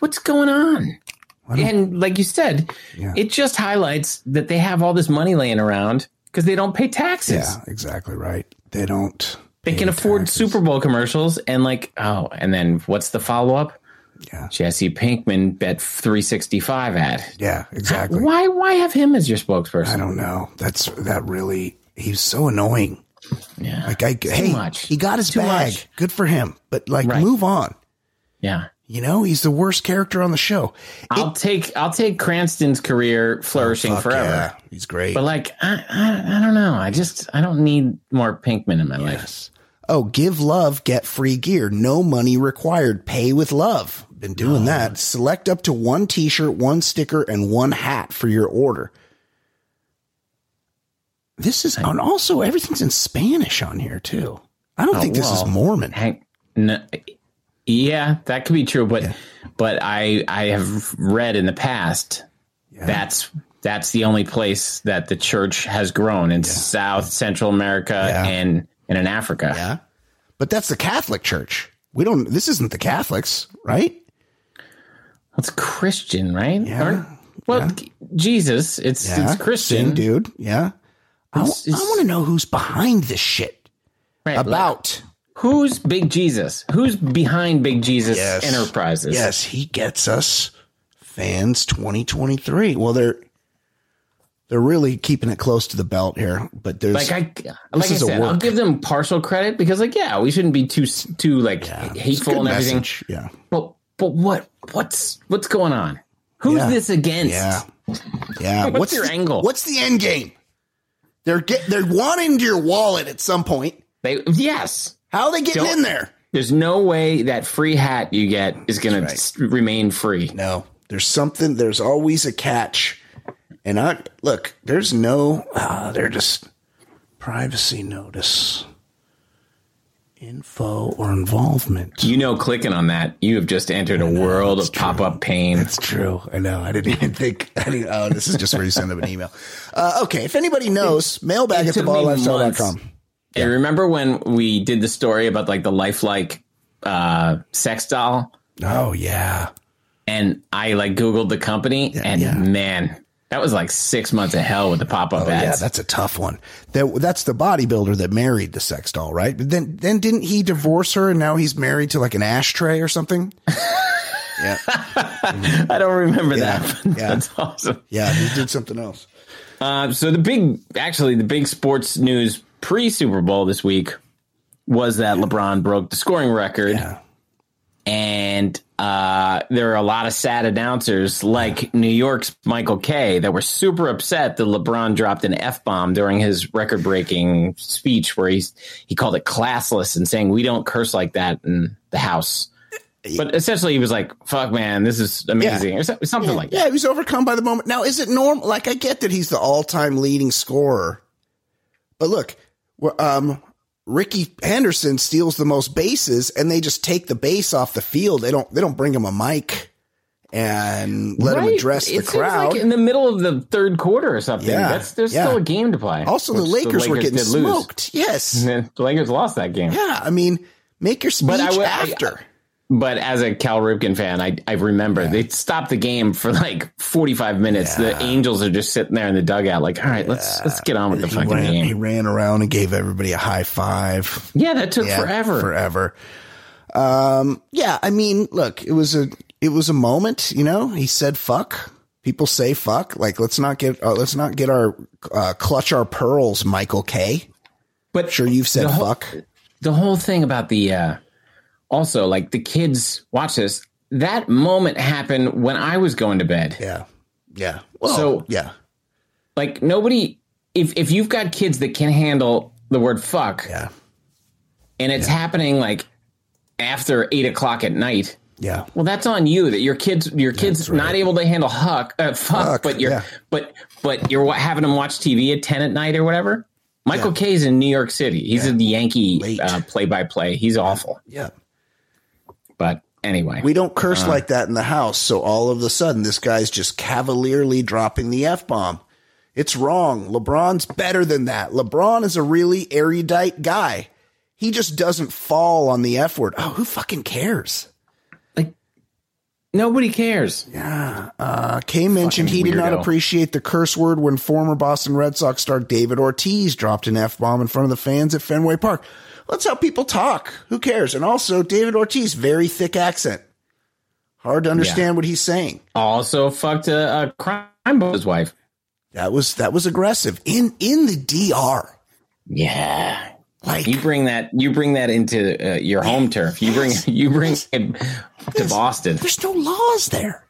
Speaker 3: what's going on? And like you said, it just highlights that they have all this money laying around because they don't pay taxes.
Speaker 2: Yeah, exactly right. They don't.
Speaker 3: They can afford
Speaker 2: taxes.
Speaker 3: Super Bowl commercials and like oh, and then what's the follow up?
Speaker 2: Yeah.
Speaker 3: Jesse Pinkman bet three sixty five at.
Speaker 2: Yeah, exactly.
Speaker 3: Why why have him as your spokesperson?
Speaker 2: I don't know. That's that really. He's so annoying.
Speaker 3: Yeah.
Speaker 2: Like I, hey,
Speaker 3: much.
Speaker 2: he got his
Speaker 3: Too
Speaker 2: bag.
Speaker 3: much.
Speaker 2: Good for him. But like,
Speaker 3: Right.
Speaker 2: move on.
Speaker 3: yeah.
Speaker 2: You know, he's the worst character on the show.
Speaker 3: I'll take I'll take Cranston's career flourishing
Speaker 2: Oh, Fuck
Speaker 3: forever.
Speaker 2: yeah, he's great.
Speaker 3: But like I, I I don't know. I just I don't need more Pinkman in my life.
Speaker 2: Oh, give love, get free gear. No money required. Pay with love. Been doing that. Select up to one t shirt, one sticker, and one hat for your order. This is, and also everything's in Spanish on here, too. I don't think this
Speaker 3: Oh, well,
Speaker 2: is Mormon.
Speaker 3: Hank, no, yeah, that could be true, but but I I have read in the past that's that's the only place that the church has grown in South Central America
Speaker 2: Yeah.
Speaker 3: and and in Africa.
Speaker 2: Yeah. But that's the Catholic Church. We don't, this isn't the Catholics, right?
Speaker 3: It's Christian, right?
Speaker 2: Yeah.
Speaker 3: Aren't- well, Jesus, it's
Speaker 2: Yeah.
Speaker 3: it's Christian,
Speaker 2: Same dude. Yeah. I,
Speaker 3: It's- it's-
Speaker 2: want to know who's behind this shit.
Speaker 3: Right, like-
Speaker 2: About.
Speaker 3: Who's Big Jesus? Who's behind Big Jesus
Speaker 2: Yes.
Speaker 3: Enterprises?
Speaker 2: Yes, he gets us fans 2023. Well, they're they're really keeping it close to the belt here, but there's
Speaker 3: Like I, like I
Speaker 2: is a
Speaker 3: said, I'll
Speaker 2: work.
Speaker 3: give them partial credit because, like, yeah, we shouldn't be too too like
Speaker 2: it's a good
Speaker 3: hateful and everything.
Speaker 2: message. Yeah.
Speaker 3: But but what what's what's going on? Who's
Speaker 2: Yeah.
Speaker 3: this against?
Speaker 2: Yeah. Yeah.
Speaker 3: What's your
Speaker 2: the,
Speaker 3: angle?
Speaker 2: What's the end game? They're get they're wanting your wallet at some point.
Speaker 3: They yes.
Speaker 2: How are they getting
Speaker 3: Don't-
Speaker 2: in there?
Speaker 3: There's no way that free hat you get is going
Speaker 2: That's
Speaker 3: to remain free.
Speaker 2: No, there's something. There's always a catch. And I look. There's no. Uh, they're just privacy notice, info or involvement.
Speaker 3: You know, clicking on that, you have just entered a world of pop up pain.
Speaker 2: That's true. I know. I didn't even think. I didn't, oh, this is just where you send them an email. Uh, okay. If anybody knows, mailbag at
Speaker 3: took me
Speaker 2: theballifestyle.com.
Speaker 3: And remember when we did the story about like the lifelike uh, sex doll,
Speaker 2: Oh, yeah.
Speaker 3: and I like Googled the company, and
Speaker 2: yeah. Oh,
Speaker 3: man, that was like six months of hell with the pop up
Speaker 2: Yeah,
Speaker 3: ads.
Speaker 2: that's a tough one. That that's the bodybuilder that married the sex doll, right? But then then didn't he divorce her and now he's married to like an ashtray or something? yeah.
Speaker 3: I don't remember
Speaker 2: Yeah,
Speaker 3: that.
Speaker 2: yeah.
Speaker 3: That's awesome.
Speaker 2: Yeah, he did something else.
Speaker 3: Uh, so the big, actually, the big sports news pre Super Bowl this week was that LeBron broke the scoring record, and uh, there are a lot of sad announcers like New York's Michael Kay that were super upset that LeBron dropped an f bomb during his record breaking speech, where he's he called it classless and saying we don't curse like that in the house. But essentially, he was like, "Fuck, man, this is amazing," or so- something like that.
Speaker 2: Yeah, he was overcome by the moment. Now, is it normal? Like, I get that he's the all-time leading scorer, but look, wh- um, Ricky Henderson steals the most bases, and they just take the base off the field. They don't. They don't bring him a mic and let him
Speaker 3: Right.
Speaker 2: address
Speaker 3: It
Speaker 2: the
Speaker 3: seems
Speaker 2: crowd.
Speaker 3: like in the middle of the third quarter or something.
Speaker 2: Yeah,
Speaker 3: That's there's
Speaker 2: yeah.
Speaker 3: still a game to play.
Speaker 2: also, the
Speaker 3: which
Speaker 2: Lakers, were getting
Speaker 3: did lose.
Speaker 2: smoked. Yes.
Speaker 3: And then the Lakers lost that game.
Speaker 2: Yeah. I mean, make your speech
Speaker 3: I would- I-
Speaker 2: after.
Speaker 3: But as a Cal Ripken fan, I I remember they stopped the game for like 45 minutes. The Angels are just sitting there in the dugout, like, all right, let's let's get on with the
Speaker 2: he,
Speaker 3: fucking
Speaker 2: ran, he
Speaker 3: game.
Speaker 2: ran around and gave everybody a high five.
Speaker 3: Yeah, that took
Speaker 2: Yeah,
Speaker 3: forever.
Speaker 2: forever um yeah i mean look it was a it was a moment you know he said fuck people say fuck like let's not get uh, let's not get our uh, clutch our pearls michael k
Speaker 3: But
Speaker 2: sure you've said
Speaker 3: The whole-
Speaker 2: fuck
Speaker 3: the whole thing about the uh also like the kids watch this. That moment happened when I was going to bed.
Speaker 2: yeah yeah well,
Speaker 3: So-
Speaker 2: yeah
Speaker 3: Like nobody if if you've got kids that can handle the word fuck,
Speaker 2: yeah
Speaker 3: and it's happening like after eight o'clock at night.
Speaker 2: yeah
Speaker 3: Well, that's on you that your kids your kids not able to handle huck uh, fuck,
Speaker 2: Fuck,
Speaker 3: but you're
Speaker 2: yeah.
Speaker 3: but but you're wa- having them watch TV at ten at night or whatever. Michael Kay's in New York City. He's a Yankee
Speaker 2: Late.
Speaker 3: uh, play-by-play. He's awful.
Speaker 2: yeah
Speaker 3: But anyway,
Speaker 2: we don't curse
Speaker 3: Uh-huh.
Speaker 2: like that in the house so all of a sudden this guy's just cavalierly dropping the f-bomb it's wrong lebron's better than that lebron is a really erudite guy he just doesn't fall on the f word oh who fucking cares
Speaker 3: like nobody cares.
Speaker 2: Uh, Kay mentioned
Speaker 3: Fucking
Speaker 2: he did not
Speaker 3: weirdo.
Speaker 2: appreciate the curse word when former Boston Red Sox star David Ortiz dropped an F bomb in front of the fans at Fenway Park. Well, that's how people talk. Who cares? And also, David Ortiz, very thick accent. Hard to understand what he's saying.
Speaker 3: Also, fucked a, a crime boss's wife.
Speaker 2: That was that was aggressive in in the DR.
Speaker 3: Yeah,
Speaker 2: Like
Speaker 3: you bring that you bring that into uh, your home turf. You bring you bring it to Boston.
Speaker 2: there's no laws there.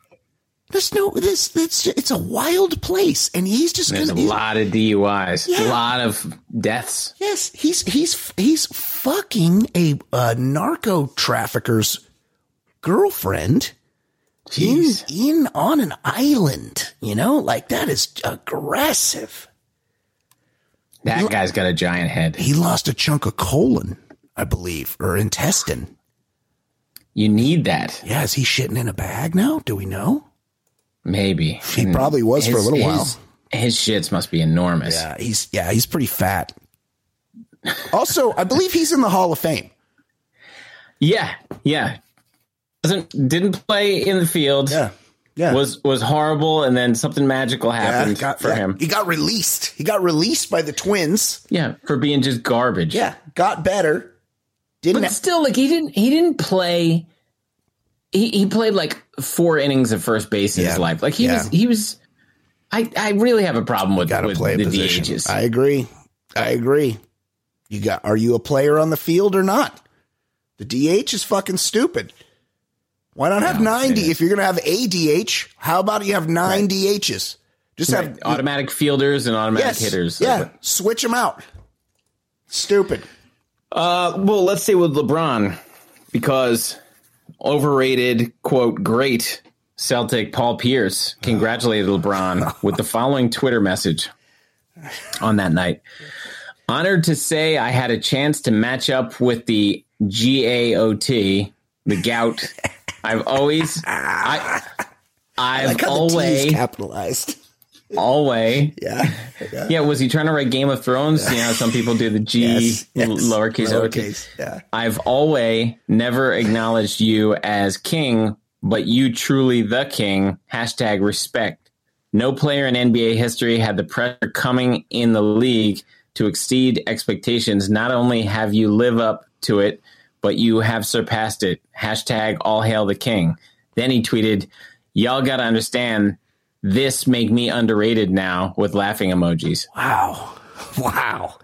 Speaker 2: There's no this. It's it's a wild place, and he's just
Speaker 3: There's a
Speaker 2: gonna. he's-
Speaker 3: lot of DUIs, a
Speaker 2: Yeah.
Speaker 3: lot of deaths.
Speaker 2: Yes, he's he's he's fucking a, uh narco trafficker's girlfriend in
Speaker 3: Jeez.
Speaker 2: in on an island. You know, like that is aggressive.
Speaker 3: That guy's got a giant head.
Speaker 2: He lost a chunk of colon, I believe, or intestine.
Speaker 3: You need that,
Speaker 2: Yeah, is he shitting in a bag now? Do we know?
Speaker 3: maybe.
Speaker 2: He probably was for a little while.
Speaker 3: Hmm. His, his shits must be enormous.
Speaker 2: Yeah, he's yeah, he's pretty fat. Also, I believe he's in the Hall of Fame.
Speaker 3: Yeah, yeah. Doesn't didn't play in the field.
Speaker 2: Yeah.
Speaker 3: Was was horrible, and then something magical happened
Speaker 2: Yeah, got-
Speaker 3: for
Speaker 2: yeah,
Speaker 3: him.
Speaker 2: He got released. He got released by the twins.
Speaker 3: Yeah, for being just garbage.
Speaker 2: Yeah, got better. Didn't
Speaker 3: but still, like he didn't he didn't play. He he played like four innings of first base in
Speaker 2: Yeah.
Speaker 3: his life. Like he
Speaker 2: Yeah.
Speaker 3: was he was. I I really have a problem with,
Speaker 2: got to
Speaker 3: with
Speaker 2: play a
Speaker 3: the
Speaker 2: position.
Speaker 3: DHs.
Speaker 2: I agree. I agree. You got are you a player on the field or not? The DH is fucking stupid. Why not have nine D? If you're gonna have a DH, how about you have nine DHs? Just have
Speaker 3: automatic fielders and automatic
Speaker 2: yes,
Speaker 3: hitters.
Speaker 2: Yeah, switch them out. Stupid.
Speaker 3: Uh, well, let's say with LeBron, because overrated, quote, great Celtic Paul Pierce congratulated LeBron with the following Twitter message on that night. Honored to say I had a chance to match up with the GAOT, the gout. I've always, I, I've
Speaker 4: Like how the T is
Speaker 3: always,
Speaker 4: capitalized.
Speaker 3: always,
Speaker 4: Yeah.
Speaker 3: yeah, was he trying to write Game of Thrones? You know, some people do the G
Speaker 4: Yes, yes.
Speaker 3: l- lowercase O T.
Speaker 4: Lowercase, Yeah.
Speaker 3: I've always never acknowledged you as king, but you truly the king. Hashtag respect. No player in NBA history had the pressure coming in the league to exceed expectations. Not only have you live up to it, but you have surpassed it. Hashtag all hail the king. Then he tweeted, Y'all gotta understand this make me underrated now with laughing emojis.
Speaker 4: Wow. Wow.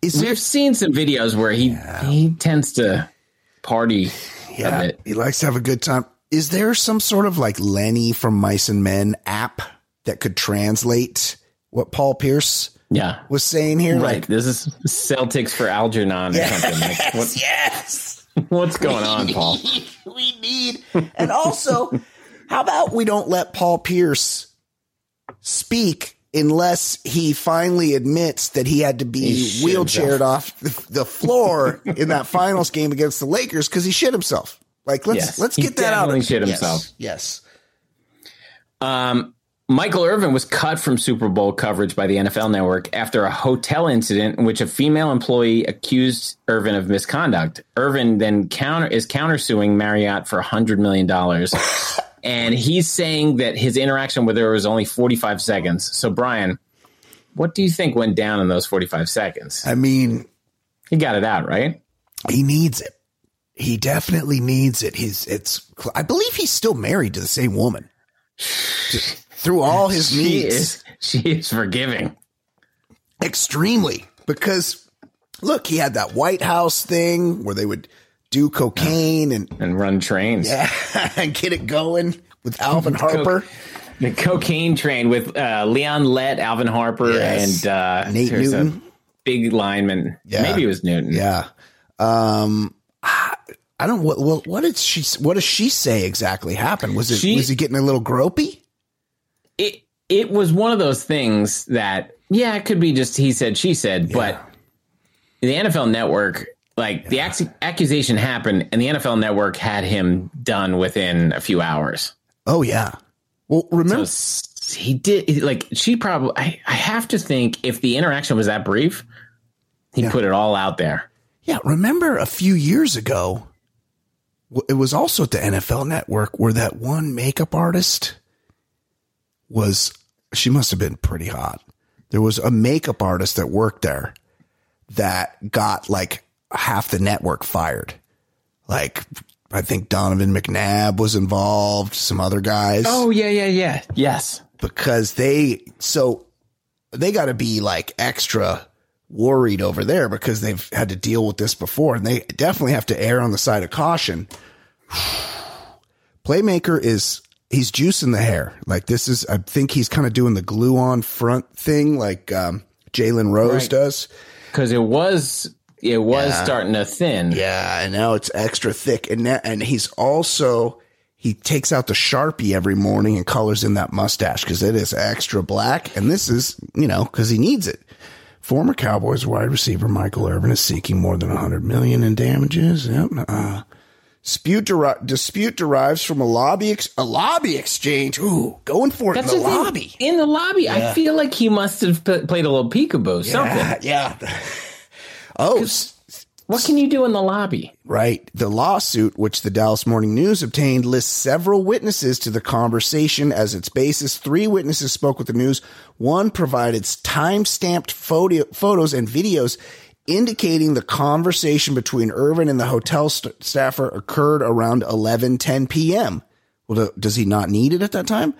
Speaker 2: Is there
Speaker 3: We've seen some videos where he he tends to party
Speaker 2: Yeah,
Speaker 3: a bit.
Speaker 2: he likes to have a good time. Is there some sort of like Lenny from Mice and Men app that could translate what Paul Pierce
Speaker 3: Yeah.
Speaker 2: was saying here?
Speaker 3: Right.
Speaker 2: Like,
Speaker 3: This is Celtics for Algernon or something. Like, what,
Speaker 4: Yes.
Speaker 3: what's going on, Paul?
Speaker 4: we need
Speaker 2: and also, how about we don't let Paul Pierce speak unless he finally admits that he had to be
Speaker 3: He shit
Speaker 2: wheelchaired off the, the floor in that finals game against the Lakers because he shit himself. Like let's
Speaker 3: Yes.
Speaker 2: let's
Speaker 3: He
Speaker 2: get that out.
Speaker 3: definitely
Speaker 2: Of,
Speaker 3: shit himself.
Speaker 2: yes.
Speaker 3: Um, Michael Irvin was cut from Super Bowl coverage by the NFL network after a hotel incident in which a female employee accused Irvin of misconduct. Irvin then counter is countersuing Marriott for $100 million. and he's saying that his interaction with her was only 45 seconds. So, Brian, what do you think went down in those 45 seconds?
Speaker 2: I mean,
Speaker 3: He got it out, right?
Speaker 2: he needs it. He definitely needs it. He's it's. I believe he's still married to the same woman. Th- Through all his
Speaker 3: She
Speaker 2: needs,
Speaker 3: is, she is forgiving.
Speaker 2: extremely because look, he had that White House thing where they would do cocaine and
Speaker 3: and run trains.
Speaker 2: and get it going with Alvin Harper,
Speaker 3: The cocaine train with uh, Leon Lett, Alvin Harper,
Speaker 2: Yes.
Speaker 3: and uh,
Speaker 2: Nate
Speaker 3: there's a
Speaker 2: Newton.
Speaker 3: big lineman.
Speaker 2: Yeah.
Speaker 3: Maybe it was Newton.
Speaker 2: Yeah. Um. I- I don't. What, what? What did she? What does she say exactly happened? Was it?
Speaker 3: She-
Speaker 2: was he getting a little gropey?
Speaker 3: It it was one of those things that yeah, it could be just he said she said, but the NFL Network. Like the ac- accusation happened, and the NFL Network had him done within a few hours.
Speaker 2: Oh yeah. Well, remember
Speaker 3: S- He did like she probably. I, I have to think if the interaction was that brief, he put it all out there.
Speaker 2: Yeah, remember a few years ago, w- it was also at the NFL Network where that one makeup artist was, she must have been pretty hot. There was a makeup artist that worked there that got like half the network fired. Like, I think Donovan McNabb was involved, some other guys
Speaker 3: Oh, yeah, yeah, yeah. Yes,
Speaker 2: because they so they got to be like extra worried over there because they've had to deal with this before and they definitely have to err on the side of caution. Playmaker is he's juicing the hair. Like this is I think he's kind of doing the glue on front thing like um Jalen Rose
Speaker 3: Right.
Speaker 2: does.
Speaker 3: because it was it was starting to thin.
Speaker 2: Yeah, and now it's extra thick. And that, and he's also he takes out the sharpie every morning and colors in that mustache because it is extra black. And this is you know because he needs it. Former Cowboys wide receiver Michael Irvin is seeking more than 100 million in damages. Yep. Uh, dispute, deri- dispute derives from a lobby ex- a lobby exchange. Ooh, going for it
Speaker 3: That's
Speaker 2: in the
Speaker 3: the thing.
Speaker 2: lobby.
Speaker 3: In the lobby, I feel like he must have p- played a little peekaboo. Something.
Speaker 2: Yeah. oh. s-
Speaker 3: What can you do in the lobby?
Speaker 2: Right. The lawsuit, which the Dallas Morning News obtained, lists several witnesses to the conversation as its basis. Three witnesses spoke with the news. One provided time stamped photo- photos and videos indicating the conversation between Irvin and the hotel st- staffer occurred around 11 10 p.m. Well, do- does he not need it at that time?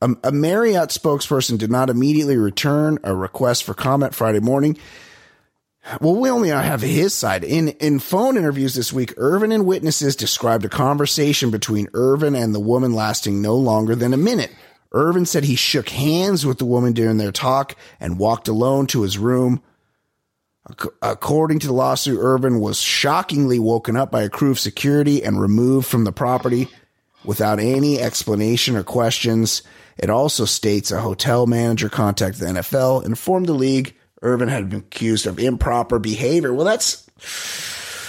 Speaker 2: Um, a Marriott spokesperson did not immediately return a request for comment Friday morning. Well, we only have his side. In in phone interviews this week, Irvin and witnesses described a conversation between Irvin and the woman lasting no longer than a minute. Irvin said he shook hands with the woman during their talk and walked alone to his room. Ac- According to the lawsuit, Irvin was shockingly woken up by a crew of security and removed from the property without any explanation or questions. It also states a hotel manager contacted the NFL, informed the league Irvin had been accused of improper behavior. Well, that's,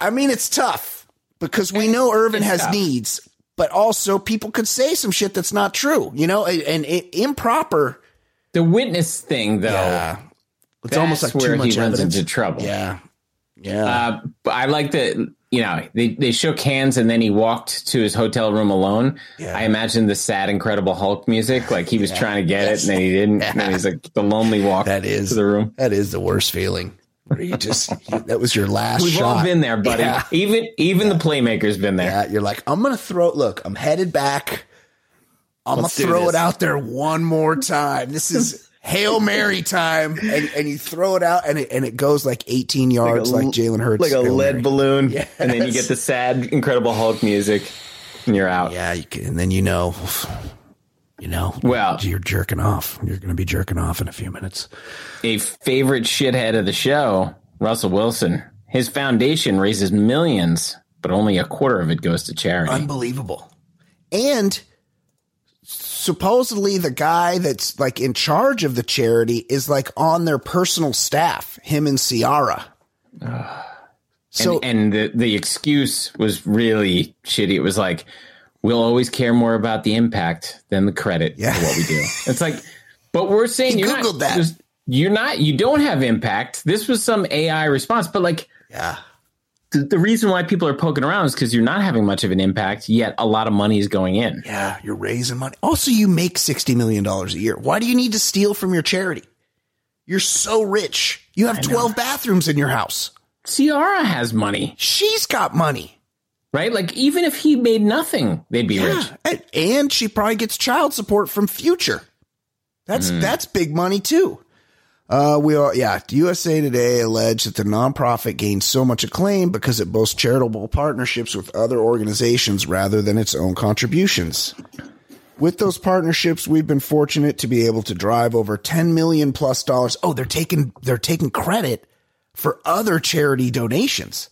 Speaker 2: I mean, it's tough because we know Irvin has needs, but also people could say some shit that's not true, you know, and, and it, improper.
Speaker 3: The witness thing, though,
Speaker 2: It's
Speaker 3: that's
Speaker 2: almost like
Speaker 3: where
Speaker 2: too much
Speaker 3: he runs
Speaker 2: evidence.
Speaker 3: into trouble.
Speaker 2: yeah. Yeah.
Speaker 3: Uh, but I like that. You know, they, they shook hands and then he walked to his hotel room alone.
Speaker 2: Yeah.
Speaker 3: I imagine the sad, incredible Hulk music. Like he was trying to get it and then he didn't. And then he's like the lonely walk
Speaker 2: That is
Speaker 3: to the room.
Speaker 2: That is the worst feeling. Where you just that was your last
Speaker 3: We've
Speaker 2: shot.
Speaker 3: all been there, buddy.
Speaker 2: Yeah.
Speaker 3: Even even the playmaker's been there.
Speaker 2: Yeah, you're like, I'm gonna throw. Look, I'm headed back. I'm
Speaker 5: Let's do
Speaker 2: gonna throw
Speaker 5: this.
Speaker 2: it out there one more time. This is hail mary time, and, and you throw it out, and it and it goes like 18 yards, like,
Speaker 5: l-
Speaker 2: Jalen Hurts,
Speaker 5: like a
Speaker 2: Hail
Speaker 5: lead
Speaker 2: Mary.
Speaker 5: balloon.
Speaker 3: And then you get the sad, incredible Hulk music and you're out.
Speaker 2: Yeah, you can, and then you know, you know,
Speaker 3: Well-
Speaker 2: you're jerking off. You're gonna be jerking off in a few minutes.
Speaker 3: a favorite shithead of the show, Russell Wilson. His foundation raises millions, but only a quarter of it goes to
Speaker 2: Um,
Speaker 3: charity.
Speaker 2: unbelievable. And supposedly the guy that's like in charge of the charity is like on their personal staff, him and Ciara. So
Speaker 3: and, and the, the excuse was really shitty. It was like, we'll always care more about the impact than the credit
Speaker 2: Yeah.
Speaker 3: for what we do. It's like, but we're saying
Speaker 2: He
Speaker 3: you're
Speaker 2: Googled
Speaker 3: not,
Speaker 2: that.
Speaker 3: there's- You're not, you don't have impact. This was some AI response, but like,
Speaker 2: yeah.
Speaker 3: the, the reason why people are poking around is because you're not having much of an impact, yet a lot of money is going in.
Speaker 2: Yeah, you're raising money. Also, you make $60 million a year. Why do you need to steal from your charity? You're so rich. You have 12 bathrooms in your house.
Speaker 3: Ciara has money,
Speaker 2: She's got money.
Speaker 3: right? Like, even if he made nothing, they'd be rich.
Speaker 2: And, and she probably gets child support from Future. That's that's big money too. Uh, we are yeah. USA Today alleged that the nonprofit gained so much acclaim because it boasts charitable partnerships with other organizations rather than its own contributions. With those partnerships, we've been fortunate to be able to drive over ten million plus dollars. Oh, they're taking they're taking credit for other charity donations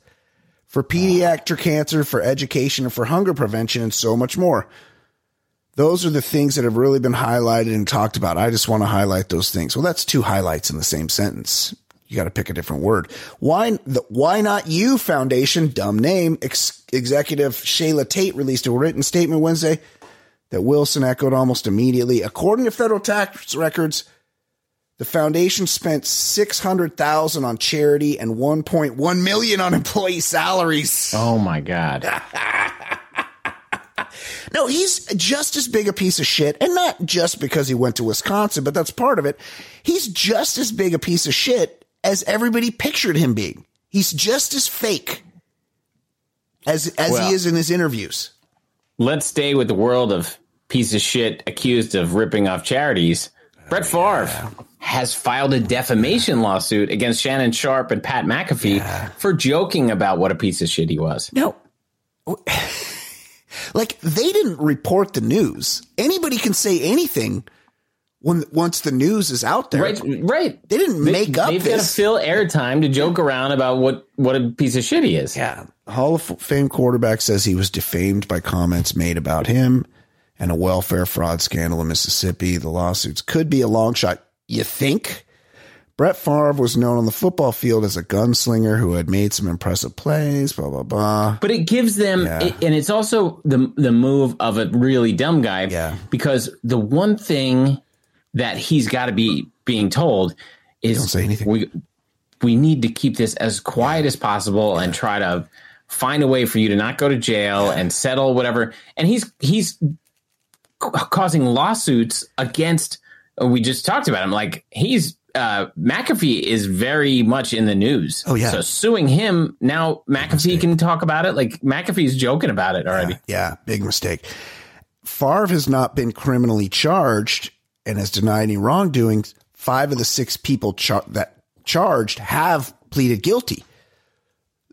Speaker 2: for pediatric cancer, for education, and for hunger prevention, and so much more. Those are the things that have really been highlighted and talked about. I just want to highlight those things. Well, that's two highlights in the same sentence. You got to pick a different word. Why the Why Not You Foundation, dumb name, ex- executive Shayla Tate released a written statement Wednesday that Wilson echoed almost immediately. According to federal tax records, the foundation spent 600,000 on charity and 1.1 million on employee salaries.
Speaker 3: Oh my God.
Speaker 2: No, he's just as big a piece of shit, and not just because he went to Wisconsin, but that's part of it. He's just as big a piece of shit as everybody pictured him being. He's just as fake as as
Speaker 3: Well-
Speaker 2: he is in his interviews.
Speaker 3: Let's stay with the world of piece of shit accused of ripping off charities.
Speaker 2: Oh,
Speaker 3: Brett Favre has filed a defamation lawsuit against Shannon Sharp and Pat McAfee for joking about what a piece of shit he was.
Speaker 2: No. like they didn't report the news. Anybody can say anything when once the news is out there.
Speaker 3: Right, right.
Speaker 2: They didn't make up
Speaker 3: They've got to
Speaker 2: this.
Speaker 3: fill airtime to joke around about what what a piece of shit he is.
Speaker 2: Yeah. Hall of Fame quarterback says he was defamed by comments made about him and a welfare fraud scandal in Mississippi. The lawsuits could be a long shot. You think? Brett Favre was known on the football field as a gunslinger who had made some impressive plays, blah, blah, blah.
Speaker 3: But it gives them,
Speaker 2: Yeah.
Speaker 3: it- and it's also the the move of a really dumb guy.
Speaker 2: Yeah.
Speaker 3: Because the one thing that he's got to be being told is
Speaker 2: Don't say anything.
Speaker 3: We we need to keep this as quiet as possible and try to find a way for you to not go to jail and settle whatever. And he's he's c- causing lawsuits against. uh, We just talked about him. Like he's uh, McAfee is very much in the news.
Speaker 2: Oh, yeah.
Speaker 3: So suing him now, McAfee can talk about it. Like McAfee's joking about it already.
Speaker 2: Yeah, big mistake. Favre has not been criminally charged and has denied any wrongdoing. Five of the six people char- that charged have pleaded guilty.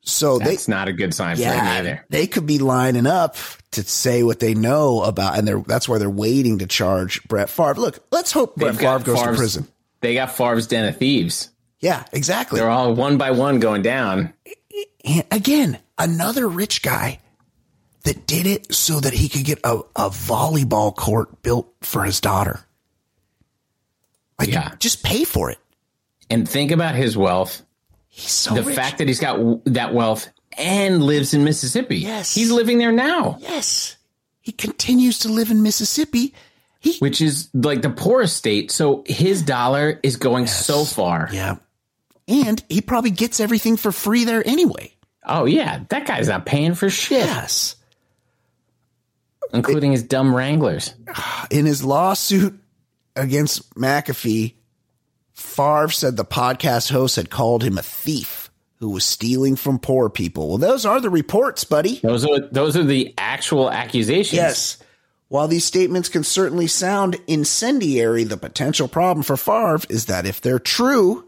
Speaker 2: So they,
Speaker 3: That's not a good sign for him either.
Speaker 2: They could be lining up to say what they know about, and they're, that's why they're waiting to charge Brett Favre. Look, let's hope Brett
Speaker 3: They've got
Speaker 2: Favre goes
Speaker 3: Favre's-
Speaker 2: to prison.
Speaker 3: They got Favre's Den of Thieves.
Speaker 2: Yeah, exactly.
Speaker 3: They're all one by one going down.
Speaker 2: And again, another rich guy that did it so that he could get a, a volleyball court built for his daughter. Like,
Speaker 3: Yeah.
Speaker 2: just pay for it.
Speaker 3: And think about his wealth.
Speaker 2: He's so
Speaker 3: the
Speaker 2: rich.
Speaker 3: fact that he's got w- that wealth and lives in Mississippi.
Speaker 2: Yes.
Speaker 3: He's living there now,
Speaker 2: yes, he continues to live in Mississippi. He
Speaker 3: which is like the poorest state. So his dollar is going so far.
Speaker 2: yeah, and he probably gets everything for free there anyway.
Speaker 3: Oh, yeah. That guy's not paying for shit,
Speaker 2: Yes,
Speaker 3: including his dumb Wranglers.
Speaker 2: in his lawsuit against McAfee, Favre said the podcast host had called him a thief who was stealing from poor people. Well, those are the reports, buddy.
Speaker 3: Those are those are the actual accusations.
Speaker 2: Yes. While these statements can certainly sound incendiary, the potential problem for Favre is that if they're true,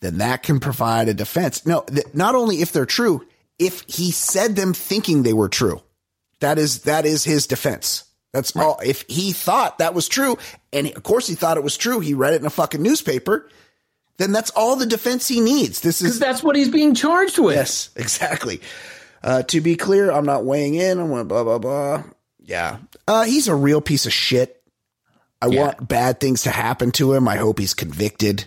Speaker 2: then that can provide a defense. No, th- not only if they're true, if he said them thinking they were true, that is that is his defense. That's all. If he thought that was true, and of course he thought it was true, he read it in a fucking newspaper. Then that's all the defense he needs. This is
Speaker 3: 'Cause That's what he's being charged with.
Speaker 2: Yes, exactly. Uh, to be clear, I'm not weighing in. I'm blah blah blah. Yeah, uh, he's a real piece of shit. I
Speaker 3: Yeah.
Speaker 2: want bad things to happen to him. I hope he's convicted.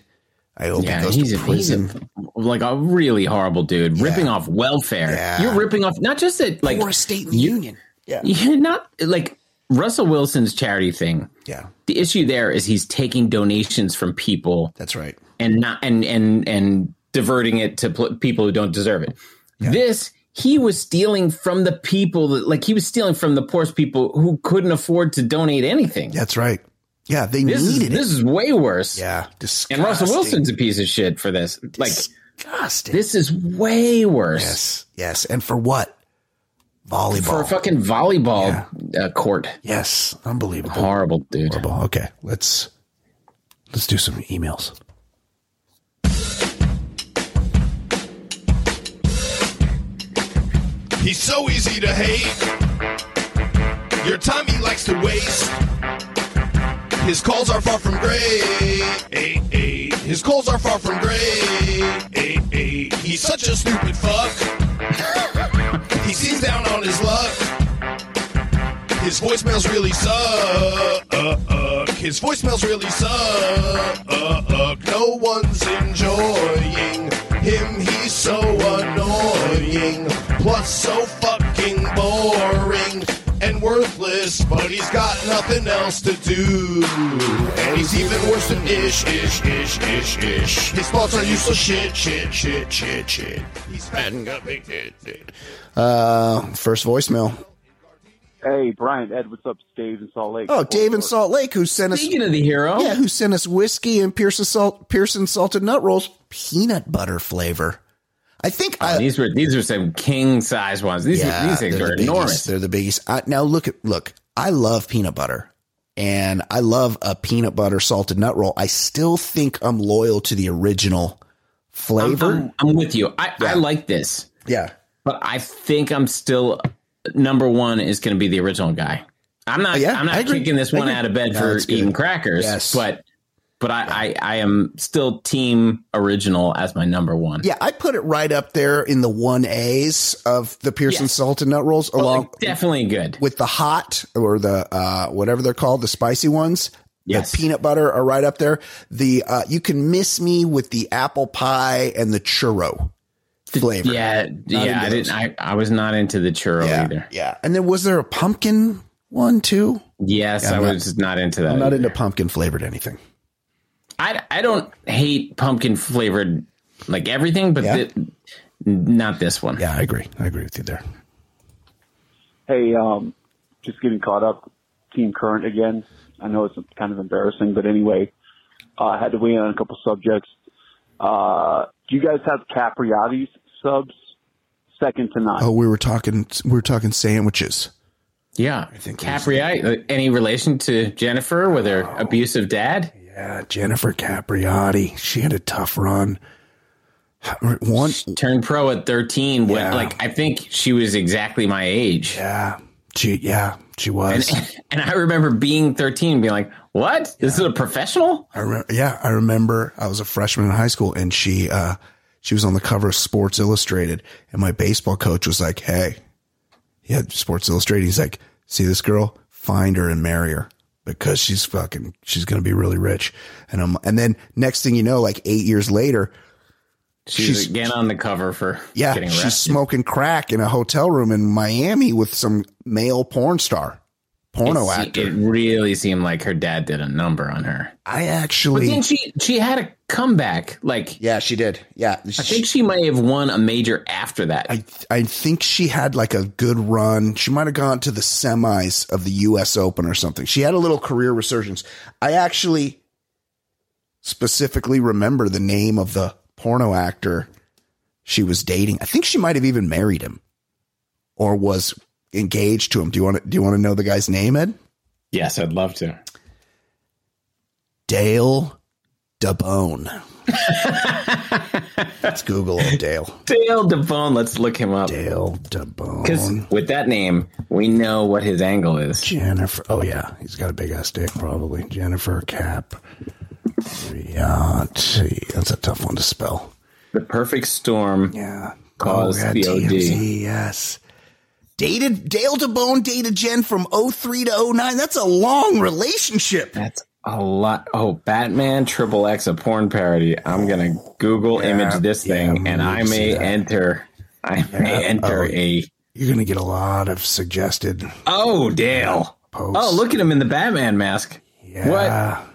Speaker 2: I hope
Speaker 3: Yeah,
Speaker 2: he goes
Speaker 3: he's,
Speaker 2: to
Speaker 3: a, he's
Speaker 2: prison.
Speaker 3: a, like a really horrible dude, ripping off welfare.
Speaker 2: Yeah.
Speaker 3: You're ripping off not just that, like
Speaker 2: or a state in the union. Yeah,
Speaker 3: you're not like Russell Wilson's charity thing.
Speaker 2: yeah,
Speaker 3: The issue there is he's taking donations from people
Speaker 2: that's right.
Speaker 3: and not and and and diverting it to pl- people who don't deserve it. This he was stealing from the people that like he was stealing from the poorest people who couldn't afford to donate anything.
Speaker 2: That's right. Yeah, they
Speaker 3: This is,
Speaker 2: needed it.
Speaker 3: this is way worse.
Speaker 2: Yeah, disgusting.
Speaker 3: And Russell Wilson's a piece of shit for this. Like
Speaker 2: disgusting.
Speaker 3: this is way worse
Speaker 2: yes, yes, and for what? Volleyball.
Speaker 3: for a fucking volleyball uh, court.
Speaker 2: yes, unbelievable.
Speaker 3: Horrible, dude.
Speaker 2: Horrible. Okay, let's let's do some emails.
Speaker 5: He's so easy to hate. Your time he likes to waste. His calls are far from great. Eh, eh. His calls are far from great. Eh, eh. He's such a stupid fuck. he seems down on his luck. His voicemails really suck. His voicemails really suck. No one's enjoying him. He's so annoying. Plus, so fucking boring and worthless. But he's got nothing else to do. And he's even worse than ish, ish, ish, ish, ish. His thoughts are useless shit, shit, shit, shit, shit. He's fat and got big tit, tit.
Speaker 2: Uh, first voicemail.
Speaker 6: Hey, Brian, Ed, what's up? It's Dave in Salt Lake.
Speaker 2: Oh, Dave in Salt Lake, who sent us
Speaker 3: Speaking of the hero,
Speaker 2: yeah, who sent us whiskey and Pearson salt Pearson salted nut rolls, peanut butter flavor. I think I,
Speaker 3: Oh, these were these were some king size ones. These
Speaker 2: yeah,
Speaker 3: these things
Speaker 2: they're
Speaker 3: are
Speaker 2: the biggies.
Speaker 3: enormous.
Speaker 2: They're the biggest. I, now look at look. I love peanut butter, and I love a peanut butter salted nut roll. I still think I'm loyal to the original
Speaker 3: I'm,
Speaker 2: flavor.
Speaker 3: I'm- I'm with you. I, I like this,
Speaker 2: yeah,
Speaker 3: but I think I'm still number one is going to be the original guy. I'm not.
Speaker 2: Oh, Yeah,
Speaker 3: I'm
Speaker 2: I
Speaker 3: not
Speaker 2: agree.
Speaker 3: kicking this
Speaker 2: I
Speaker 3: one
Speaker 2: agree.
Speaker 3: out of bed
Speaker 2: No,
Speaker 3: for
Speaker 2: it's good.
Speaker 3: eating crackers.
Speaker 2: Yes.
Speaker 3: but but I, I I am still team original as my number one.
Speaker 2: yeah. I put it right up there in the one A's of the Pearson
Speaker 3: Yes.
Speaker 2: salted nut rolls, along
Speaker 3: Like, definitely good.
Speaker 2: with the hot or the uh, whatever they're called, the spicy ones.
Speaker 3: Yes.
Speaker 2: The peanut butter are right up there. The uh, you can miss me with the apple pie and the churro flavor.
Speaker 3: Yeah,
Speaker 2: in
Speaker 3: yeah. I
Speaker 2: those.
Speaker 3: didn't. I, I was not into the churro
Speaker 2: yeah,
Speaker 3: either.
Speaker 2: yeah. And then was there a pumpkin one too?
Speaker 3: Yes, I
Speaker 2: I'm not-
Speaker 3: was just not into that.
Speaker 2: I'm not
Speaker 3: either.
Speaker 2: into pumpkin flavored anything.
Speaker 3: I I don't hate pumpkin flavored like everything, but
Speaker 2: Yeah.
Speaker 3: thi- not this one.
Speaker 2: Yeah, I agree. I agree with you there.
Speaker 6: Hey, um, just getting caught up. Team Current again. I know it's kind of embarrassing, but anyway, uh, I had to weigh in on a couple subjects. Uh, do you guys have Capriati's subs? Second to none.
Speaker 2: Oh, we were talking. We were talking sandwiches.
Speaker 3: Yeah, I think
Speaker 2: think
Speaker 3: Capriati. uh, Any relation to Jennifer with her abusive dad?
Speaker 2: Yeah, Uh, Jennifer Capriati. She had a tough run. One.
Speaker 3: Turned pro at thirteen. When,
Speaker 2: Yeah.
Speaker 3: Like I think she was exactly my age.
Speaker 2: Yeah. She. Yeah. She was.
Speaker 3: And, and I remember being 13 and being like, what? This is a professional?
Speaker 2: I remember, yeah, I remember I was a freshman in high school and she, uh, she was on the cover of Sports Illustrated and my baseball coach was like, Hey, he had Sports Illustrated. He's like, see this girl, find her and marry her because she's fucking, she's going to be really rich. And I'm, and then next thing you know, like eight years later,
Speaker 3: She's,
Speaker 2: She's-
Speaker 3: again on the cover for
Speaker 2: yeah,
Speaker 3: getting
Speaker 2: she's
Speaker 3: arrested.
Speaker 2: smoking crack in a hotel room in Miami with some male porn star, porno
Speaker 3: it, se-
Speaker 2: actor.
Speaker 3: It really seemed like her dad did a number on her.
Speaker 2: I
Speaker 3: But
Speaker 2: actually,
Speaker 3: then she she had a comeback. Like
Speaker 2: yeah, she did. Yeah.
Speaker 3: I think she might have won a major after that.
Speaker 2: I I think she had like a good run. She might have gone to the semis of the U.S. Open or something. She had a little career resurgence. I actually specifically remember the name of the porno actor she was dating. I think she might have even married him or was engaged to him. Do you want to, do you want to know the guy's name, Ed?
Speaker 3: yes, I'd love to.
Speaker 2: Dale DeBone. Let's Google old Dale.
Speaker 3: Dale DeBone, let's look him up.
Speaker 2: Dale
Speaker 3: Because
Speaker 2: DeBone.
Speaker 3: with that name, we know what his angle is.
Speaker 2: Jennifer. Oh yeah, he's got a big ass dick, probably. Jennifer Cap. Riot. That's a tough one to spell.
Speaker 3: The perfect storm.
Speaker 2: Yeah. Oh,
Speaker 3: Calls the OD.
Speaker 2: TMZ, yes. Dated Dale DeBone dated Jen from 03 to 09. That's a long relationship.
Speaker 3: That's a lot. Oh, Batman Triple X, a porn parody. I'm gonna Google image this
Speaker 2: yeah,
Speaker 3: thing,
Speaker 2: we
Speaker 3: and
Speaker 2: need
Speaker 3: I
Speaker 2: to see
Speaker 3: may
Speaker 2: that.
Speaker 3: enter. I may enter
Speaker 2: oh.
Speaker 3: a.
Speaker 2: You're gonna get a lot of suggested
Speaker 3: Oh, Dale.
Speaker 2: posts.
Speaker 3: Oh, look at him in the Batman mask.
Speaker 2: Yeah.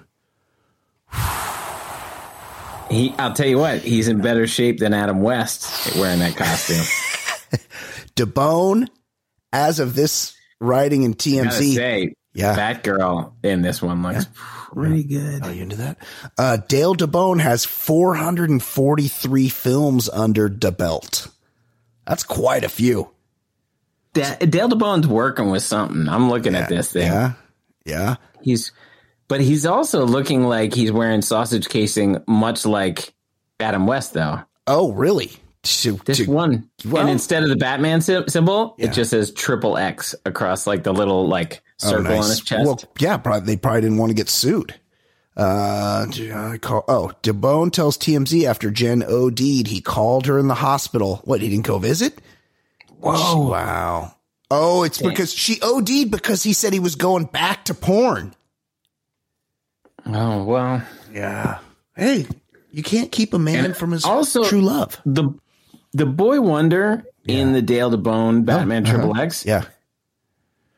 Speaker 3: He, I'll tell you what, he's in better shape than Adam West wearing that costume.
Speaker 2: DeBone, as of this writing in
Speaker 3: I gotta
Speaker 2: TMZ.
Speaker 3: say,
Speaker 2: yeah.
Speaker 3: Batgirl in this one looks pretty good.
Speaker 2: Are you into that? Uh, Dale DeBone has 443 films under the belt. That's quite a few.
Speaker 3: Da- Dale DeBone's working with something. I'm looking at this thing.
Speaker 2: Yeah. Yeah.
Speaker 3: He's, but he's also looking like he's wearing sausage casing, much like Adam West, though.
Speaker 2: Oh, really? To-
Speaker 3: This
Speaker 2: to-
Speaker 3: one,
Speaker 2: well-
Speaker 3: and instead of the Batman sy- symbol,
Speaker 2: Yeah.
Speaker 3: it just says triple X across like the little like
Speaker 2: oh,
Speaker 3: circle
Speaker 2: nice.
Speaker 3: on his chest.
Speaker 2: Well, yeah, probably, they probably didn't want to get sued. Uh, I call, oh, DeBone tells TMZ after Jen OD'd, he called her in the hospital. What, he didn't go visit? Whoa. Wow. Oh, it's because she OD'd because he said he was going back to porn.
Speaker 3: oh well,
Speaker 2: Yeah. Hey, you can't keep a man
Speaker 3: And
Speaker 2: from his
Speaker 3: also-
Speaker 2: true love.
Speaker 3: the the boy wonder in the Dale
Speaker 2: Oh,
Speaker 3: DeBone Batman
Speaker 2: uh-huh.
Speaker 3: Triple X.
Speaker 2: Yeah.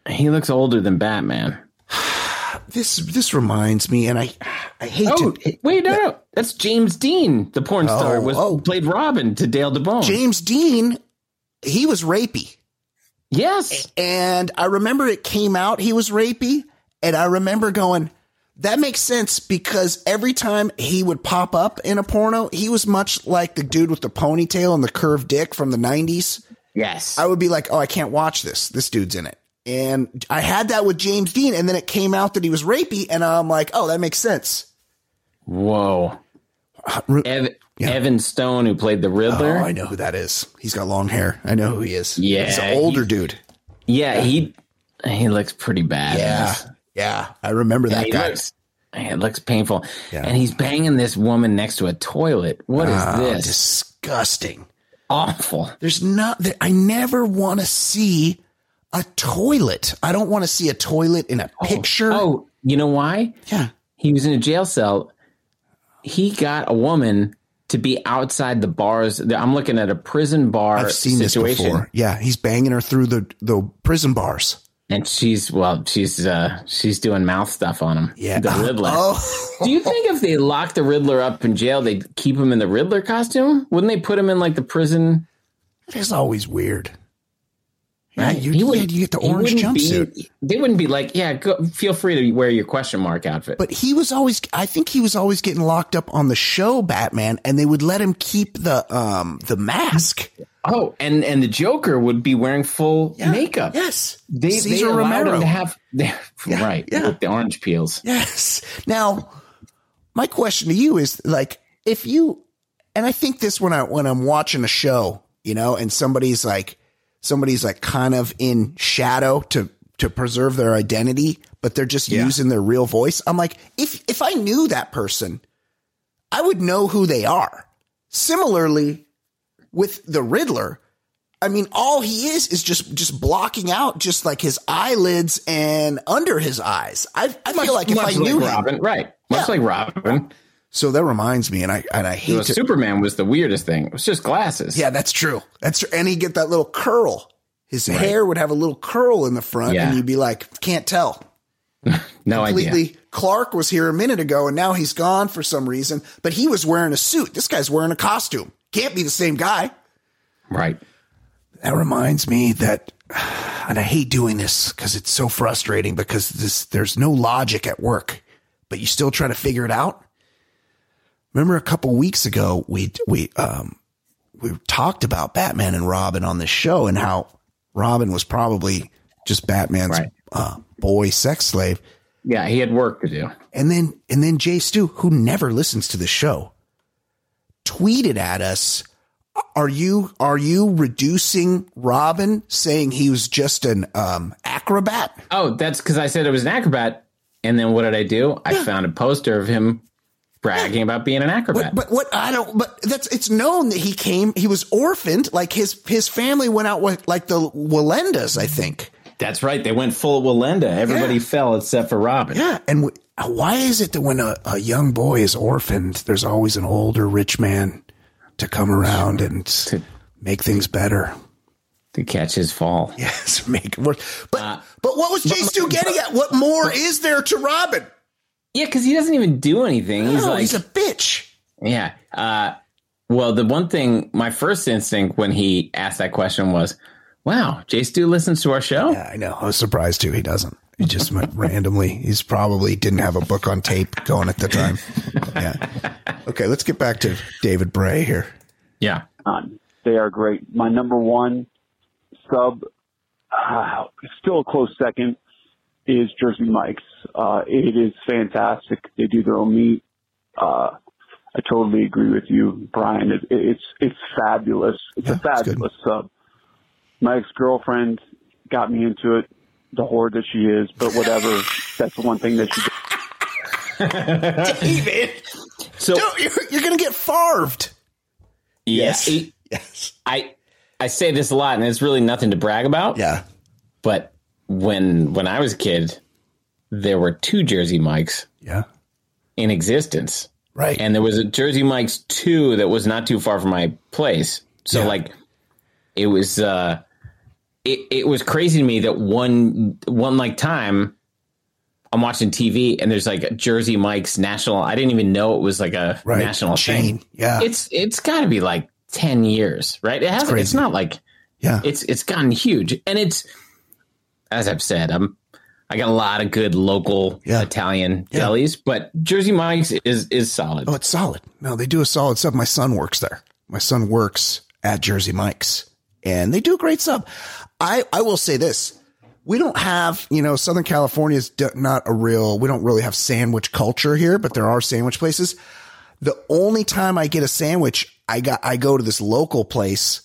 Speaker 3: He looks older than Batman.
Speaker 2: This this reminds me, and I I hate
Speaker 3: Oh
Speaker 2: to
Speaker 3: wait, no, no, that's James Dean, the porn star, was
Speaker 2: oh.
Speaker 3: played Robin to Dale DeBone.
Speaker 2: James Dean, he was rapey.
Speaker 3: yes,
Speaker 2: And I remember it came out he was rapey, and I remember going, that makes sense because every time he would pop up in a porno, he was much like the dude with the ponytail and the curved dick from the 90s.
Speaker 3: yes.
Speaker 2: I would be like, oh, I can't watch this. This dude's in it. And I had that with James Dean, and then it came out that he was rapey, and I'm like, oh, that makes sense. Uh,
Speaker 3: Whoa,
Speaker 2: Ru-
Speaker 3: Ev- Evan Stone, who played the Riddler.
Speaker 2: Oh, I know who that is. He's got long hair. I know who he is.
Speaker 3: Yeah,
Speaker 2: he's an older dude.
Speaker 3: yeah, he he looks pretty bad.
Speaker 2: Yeah, yeah. I remember that
Speaker 3: he
Speaker 2: guy.
Speaker 3: looks. man, It looks painful, and he's banging this woman next to a toilet. What is
Speaker 2: Oh,
Speaker 3: this?
Speaker 2: disgusting.
Speaker 3: Awful.
Speaker 2: There's not. There, I never want to see a toilet. I don't want to see a toilet in a picture.
Speaker 3: Oh, you know why?
Speaker 2: yeah.
Speaker 3: he was in a jail cell. He got a woman to be outside the bars. I'm looking at a prison bar
Speaker 2: I've seen
Speaker 3: situation,
Speaker 2: this before. Yeah, he's banging her through the the prison bars.
Speaker 3: and she's well, she's uh, she's doing mouth stuff on him.
Speaker 2: Yeah.
Speaker 3: the Riddler.
Speaker 2: Oh,
Speaker 3: Do you think if they locked the Riddler up in jail, they'd keep him in the Riddler costume? Wouldn't they put him in like the prison?
Speaker 2: it's always weird. Yeah,
Speaker 3: Right?
Speaker 2: you,
Speaker 3: He
Speaker 2: yeah,
Speaker 3: wouldn't-
Speaker 2: you get the
Speaker 3: he
Speaker 2: orange
Speaker 3: wouldn't be-
Speaker 2: jumpsuit.
Speaker 3: they wouldn't be like, yeah, go, feel free to wear your question mark outfit.
Speaker 2: But he was always, I think he was always getting locked up on the show Batman, and they would let him keep the um the mask.
Speaker 3: oh, and and the Joker would be wearing full makeup.
Speaker 2: Yes,
Speaker 3: They, they
Speaker 2: Cesar
Speaker 3: allowed
Speaker 2: Romero.
Speaker 3: him to have right
Speaker 2: yeah.
Speaker 3: with the orange peels.
Speaker 2: yes. Now, my question to you is like, if you, and I think this when I when I'm watching a show, you know, and somebody's like, somebody's like kind of in shadow to to preserve their identity, but they're just using their real voice. I'm like, if if I knew that person, I would know who they are. Similarly, with the Riddler, I mean, all he is is just just blocking out just like his eyelids and under his eyes. I, I feel like if I
Speaker 3: much
Speaker 2: knew him,
Speaker 3: Robin, right? Much
Speaker 2: Yeah.
Speaker 3: like Robin,
Speaker 2: so that reminds me, and I and I
Speaker 3: you know,
Speaker 2: hate to,
Speaker 3: Superman was the weirdest thing. It was just glasses.
Speaker 2: Yeah, that's true. That's true. And he'd get that little curl. His hair would have a little curl in the front,
Speaker 3: Yeah.
Speaker 2: and you'd be like, can't tell.
Speaker 3: no
Speaker 2: Completely.
Speaker 3: idea.
Speaker 2: Clark was here a minute ago, and now he's gone for some reason, but he was wearing a suit. This guy's wearing a costume. Can't be the same guy.
Speaker 3: Right.
Speaker 2: That reminds me that, and I hate doing this because it's so frustrating because this, there's no logic at work, but you still try to figure it out. Remember a couple weeks ago, we, we, um, we talked about Batman and Robin on this show and how Robin was probably just Batman's
Speaker 3: Right.
Speaker 2: uh, boy sex slave.
Speaker 3: Yeah, he had work to do.
Speaker 2: And then and then Jay Stu, who never listens to the show, tweeted at us, "Are you are you reducing Robin, saying he was just an um, acrobat?"
Speaker 3: Oh, that's because I said it was an acrobat, and then what did I do? I found a poster of him bragging about being an acrobat.
Speaker 2: But, but what I don't, but that's it's known that he came, he was orphaned. Like his his family went out with like the Walendas, I think.
Speaker 3: That's right. They went full Walenda. Everybody
Speaker 2: Yeah.
Speaker 3: fell except for Robin.
Speaker 2: Yeah, and w- why is it that when a, a young boy is orphaned, there's always an older rich man to come around and make things better?
Speaker 3: To catch his fall.
Speaker 2: Yes, make it worse. But
Speaker 3: Uh,
Speaker 2: but what was Jay Stu getting at? What more is there to Robin?
Speaker 3: Yeah, because he doesn't even do anything. He's
Speaker 2: No,
Speaker 3: like,
Speaker 2: he's a bitch.
Speaker 3: yeah. Uh, well, the one thing, my first instinct when he asked that question was, wow, Jay Stu listens to our show?
Speaker 2: Yeah, I know. I was surprised too. He doesn't. He just went randomly. He's probably didn't have a book on tape going at the time. Yeah. Okay, let's get back to David Bray here.
Speaker 3: Yeah.
Speaker 6: on. They are great. My number one sub, uh, still a close second, is Jersey Mike's. Uh, it is fantastic. They do their own meat. Uh, I totally agree with you, Brian. It, it- it's it's fabulous. It's a
Speaker 2: Yeah, it's good.
Speaker 6: fabulous sub. My ex girlfriend got me into it. The whore that she is, but whatever. That's the one thing that she.
Speaker 3: So,
Speaker 2: No, you're, you're gonna get farved.
Speaker 3: yes.
Speaker 2: Yes.
Speaker 3: I, I say this a lot, and it's really nothing to brag about.
Speaker 2: Yeah.
Speaker 3: But when when I was a kid, there were two Jersey Mikes
Speaker 2: Yeah.
Speaker 3: in existence.
Speaker 2: Right.
Speaker 3: and there was a Jersey Mike's two that was not too far from my place. So
Speaker 2: Yeah.
Speaker 3: like, it was uh, it it was crazy to me that one one like time I'm watching TV and there's like a Jersey Mike's national. I didn't even know it was like a
Speaker 2: right.
Speaker 3: national
Speaker 2: chain.
Speaker 3: thing.
Speaker 2: Yeah.
Speaker 3: It's it's got to be like ten years, right? It has. It's
Speaker 2: crazy.
Speaker 3: not like
Speaker 2: yeah.
Speaker 3: it's it's gotten huge and it's as i've said i'm i got a lot of good local
Speaker 2: Yeah.
Speaker 3: italian delis but jersey mike's is is solid
Speaker 2: Oh, it's solid. No, they do a solid sub. My son works there. My son works at Jersey Mike's and they do a great sub. I, I will say this. We don't have, you know, Southern California is d- not a real, we don't really have sandwich culture here, but there are sandwich places. The only time I get a sandwich, I got, I go to this local place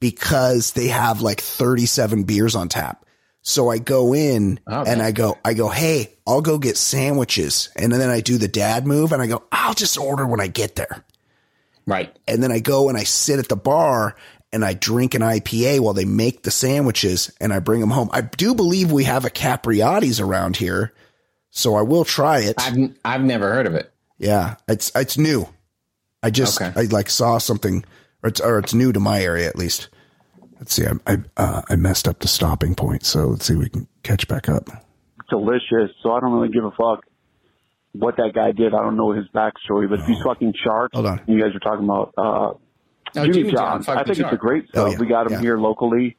Speaker 2: because they have like 37 beers on tap. So I go in
Speaker 3: Oh,
Speaker 2: and
Speaker 3: nice.
Speaker 2: I go, I go, hey, I'll go get sandwiches. And then I do the dad move and I go, I'll just order when I get there.
Speaker 3: right
Speaker 2: And then I go and I sit at the bar and I drink an IPA while they make the sandwiches and I bring them home. I do believe we have a Capriati's around here. So I will try it.
Speaker 3: i've i've never heard of it
Speaker 2: Yeah, it's it's new. I just
Speaker 3: Okay.
Speaker 2: I like saw something, or it's or it's new to my area at least. Let's see, I I, uh, I messed up the stopping point, so let's see if we can catch back up.
Speaker 6: delicious, so I don't really give a fuck what that guy did. I don't know his backstory, but these fucking sharks.
Speaker 2: Oh. Hold on.
Speaker 6: You guys are talking about uh,
Speaker 3: Oh,
Speaker 6: Jimmy,
Speaker 3: Jimmy John,
Speaker 6: John.
Speaker 3: fuck
Speaker 6: I
Speaker 3: the
Speaker 6: think
Speaker 3: shark.
Speaker 6: it's a great sub.
Speaker 2: Oh, yeah,
Speaker 6: We got him
Speaker 2: yeah.
Speaker 6: here locally.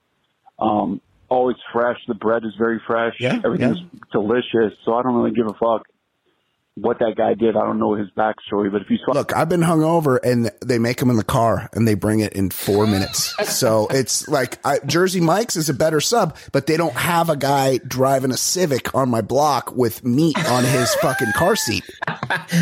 Speaker 6: Um, always fresh. The bread is very fresh.
Speaker 2: Yeah,
Speaker 6: Everything's delicious, so I don't really give a fuck what that guy did. I don't know his backstory, but if you saw
Speaker 2: Look, I've been hungover, and they make them in the car, and they bring it in four minutes. So it's like I, Jersey Mike's is a better sub, but they don't have a guy driving a Civic on my block with meat on his fucking car seat.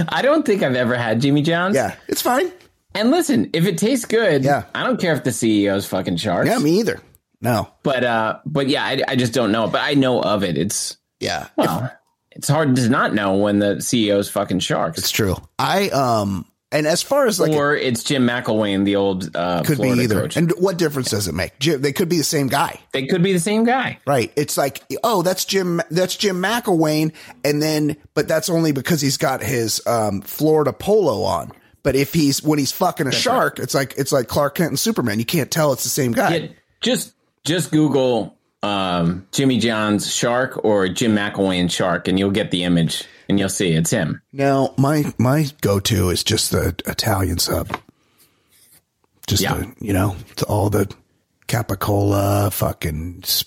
Speaker 3: i don't think i've ever had jimmy john's
Speaker 2: Yeah, it's fine.
Speaker 3: and listen if it tastes good
Speaker 2: Yeah.
Speaker 3: i don't care if the ceo's E fucking sharks
Speaker 2: Yeah, me either. No.
Speaker 3: But uh, but yeah, I, I just don't know. But I know of it. It's
Speaker 2: Yeah.
Speaker 3: well, it's hard to not know when the CEO's fucking sharks.
Speaker 2: It's true. I um and as far as like
Speaker 3: or it's Jim McElwain, the old uh,
Speaker 2: could
Speaker 3: Florida
Speaker 2: be either.
Speaker 3: coach.
Speaker 2: And what difference does it make? Jim, they could be the same guy.
Speaker 3: they could be the same guy.
Speaker 2: Right. It's like, oh, that's Jim that's Jim McElwain and then but that's only because he's got his um Florida polo on. But if he's when he's fucking a shark, it's like it's like Clark Kent and Superman. You can't tell it's the same guy.
Speaker 3: Yeah, just just Google um, Jimmy John's shark or Jim McElwain shark, and you'll get the image, and you'll see it's him.
Speaker 2: Now, my my go to is just the Italian sub. Just
Speaker 3: Yeah.
Speaker 2: the, you know, it's all the capicola, fucking s-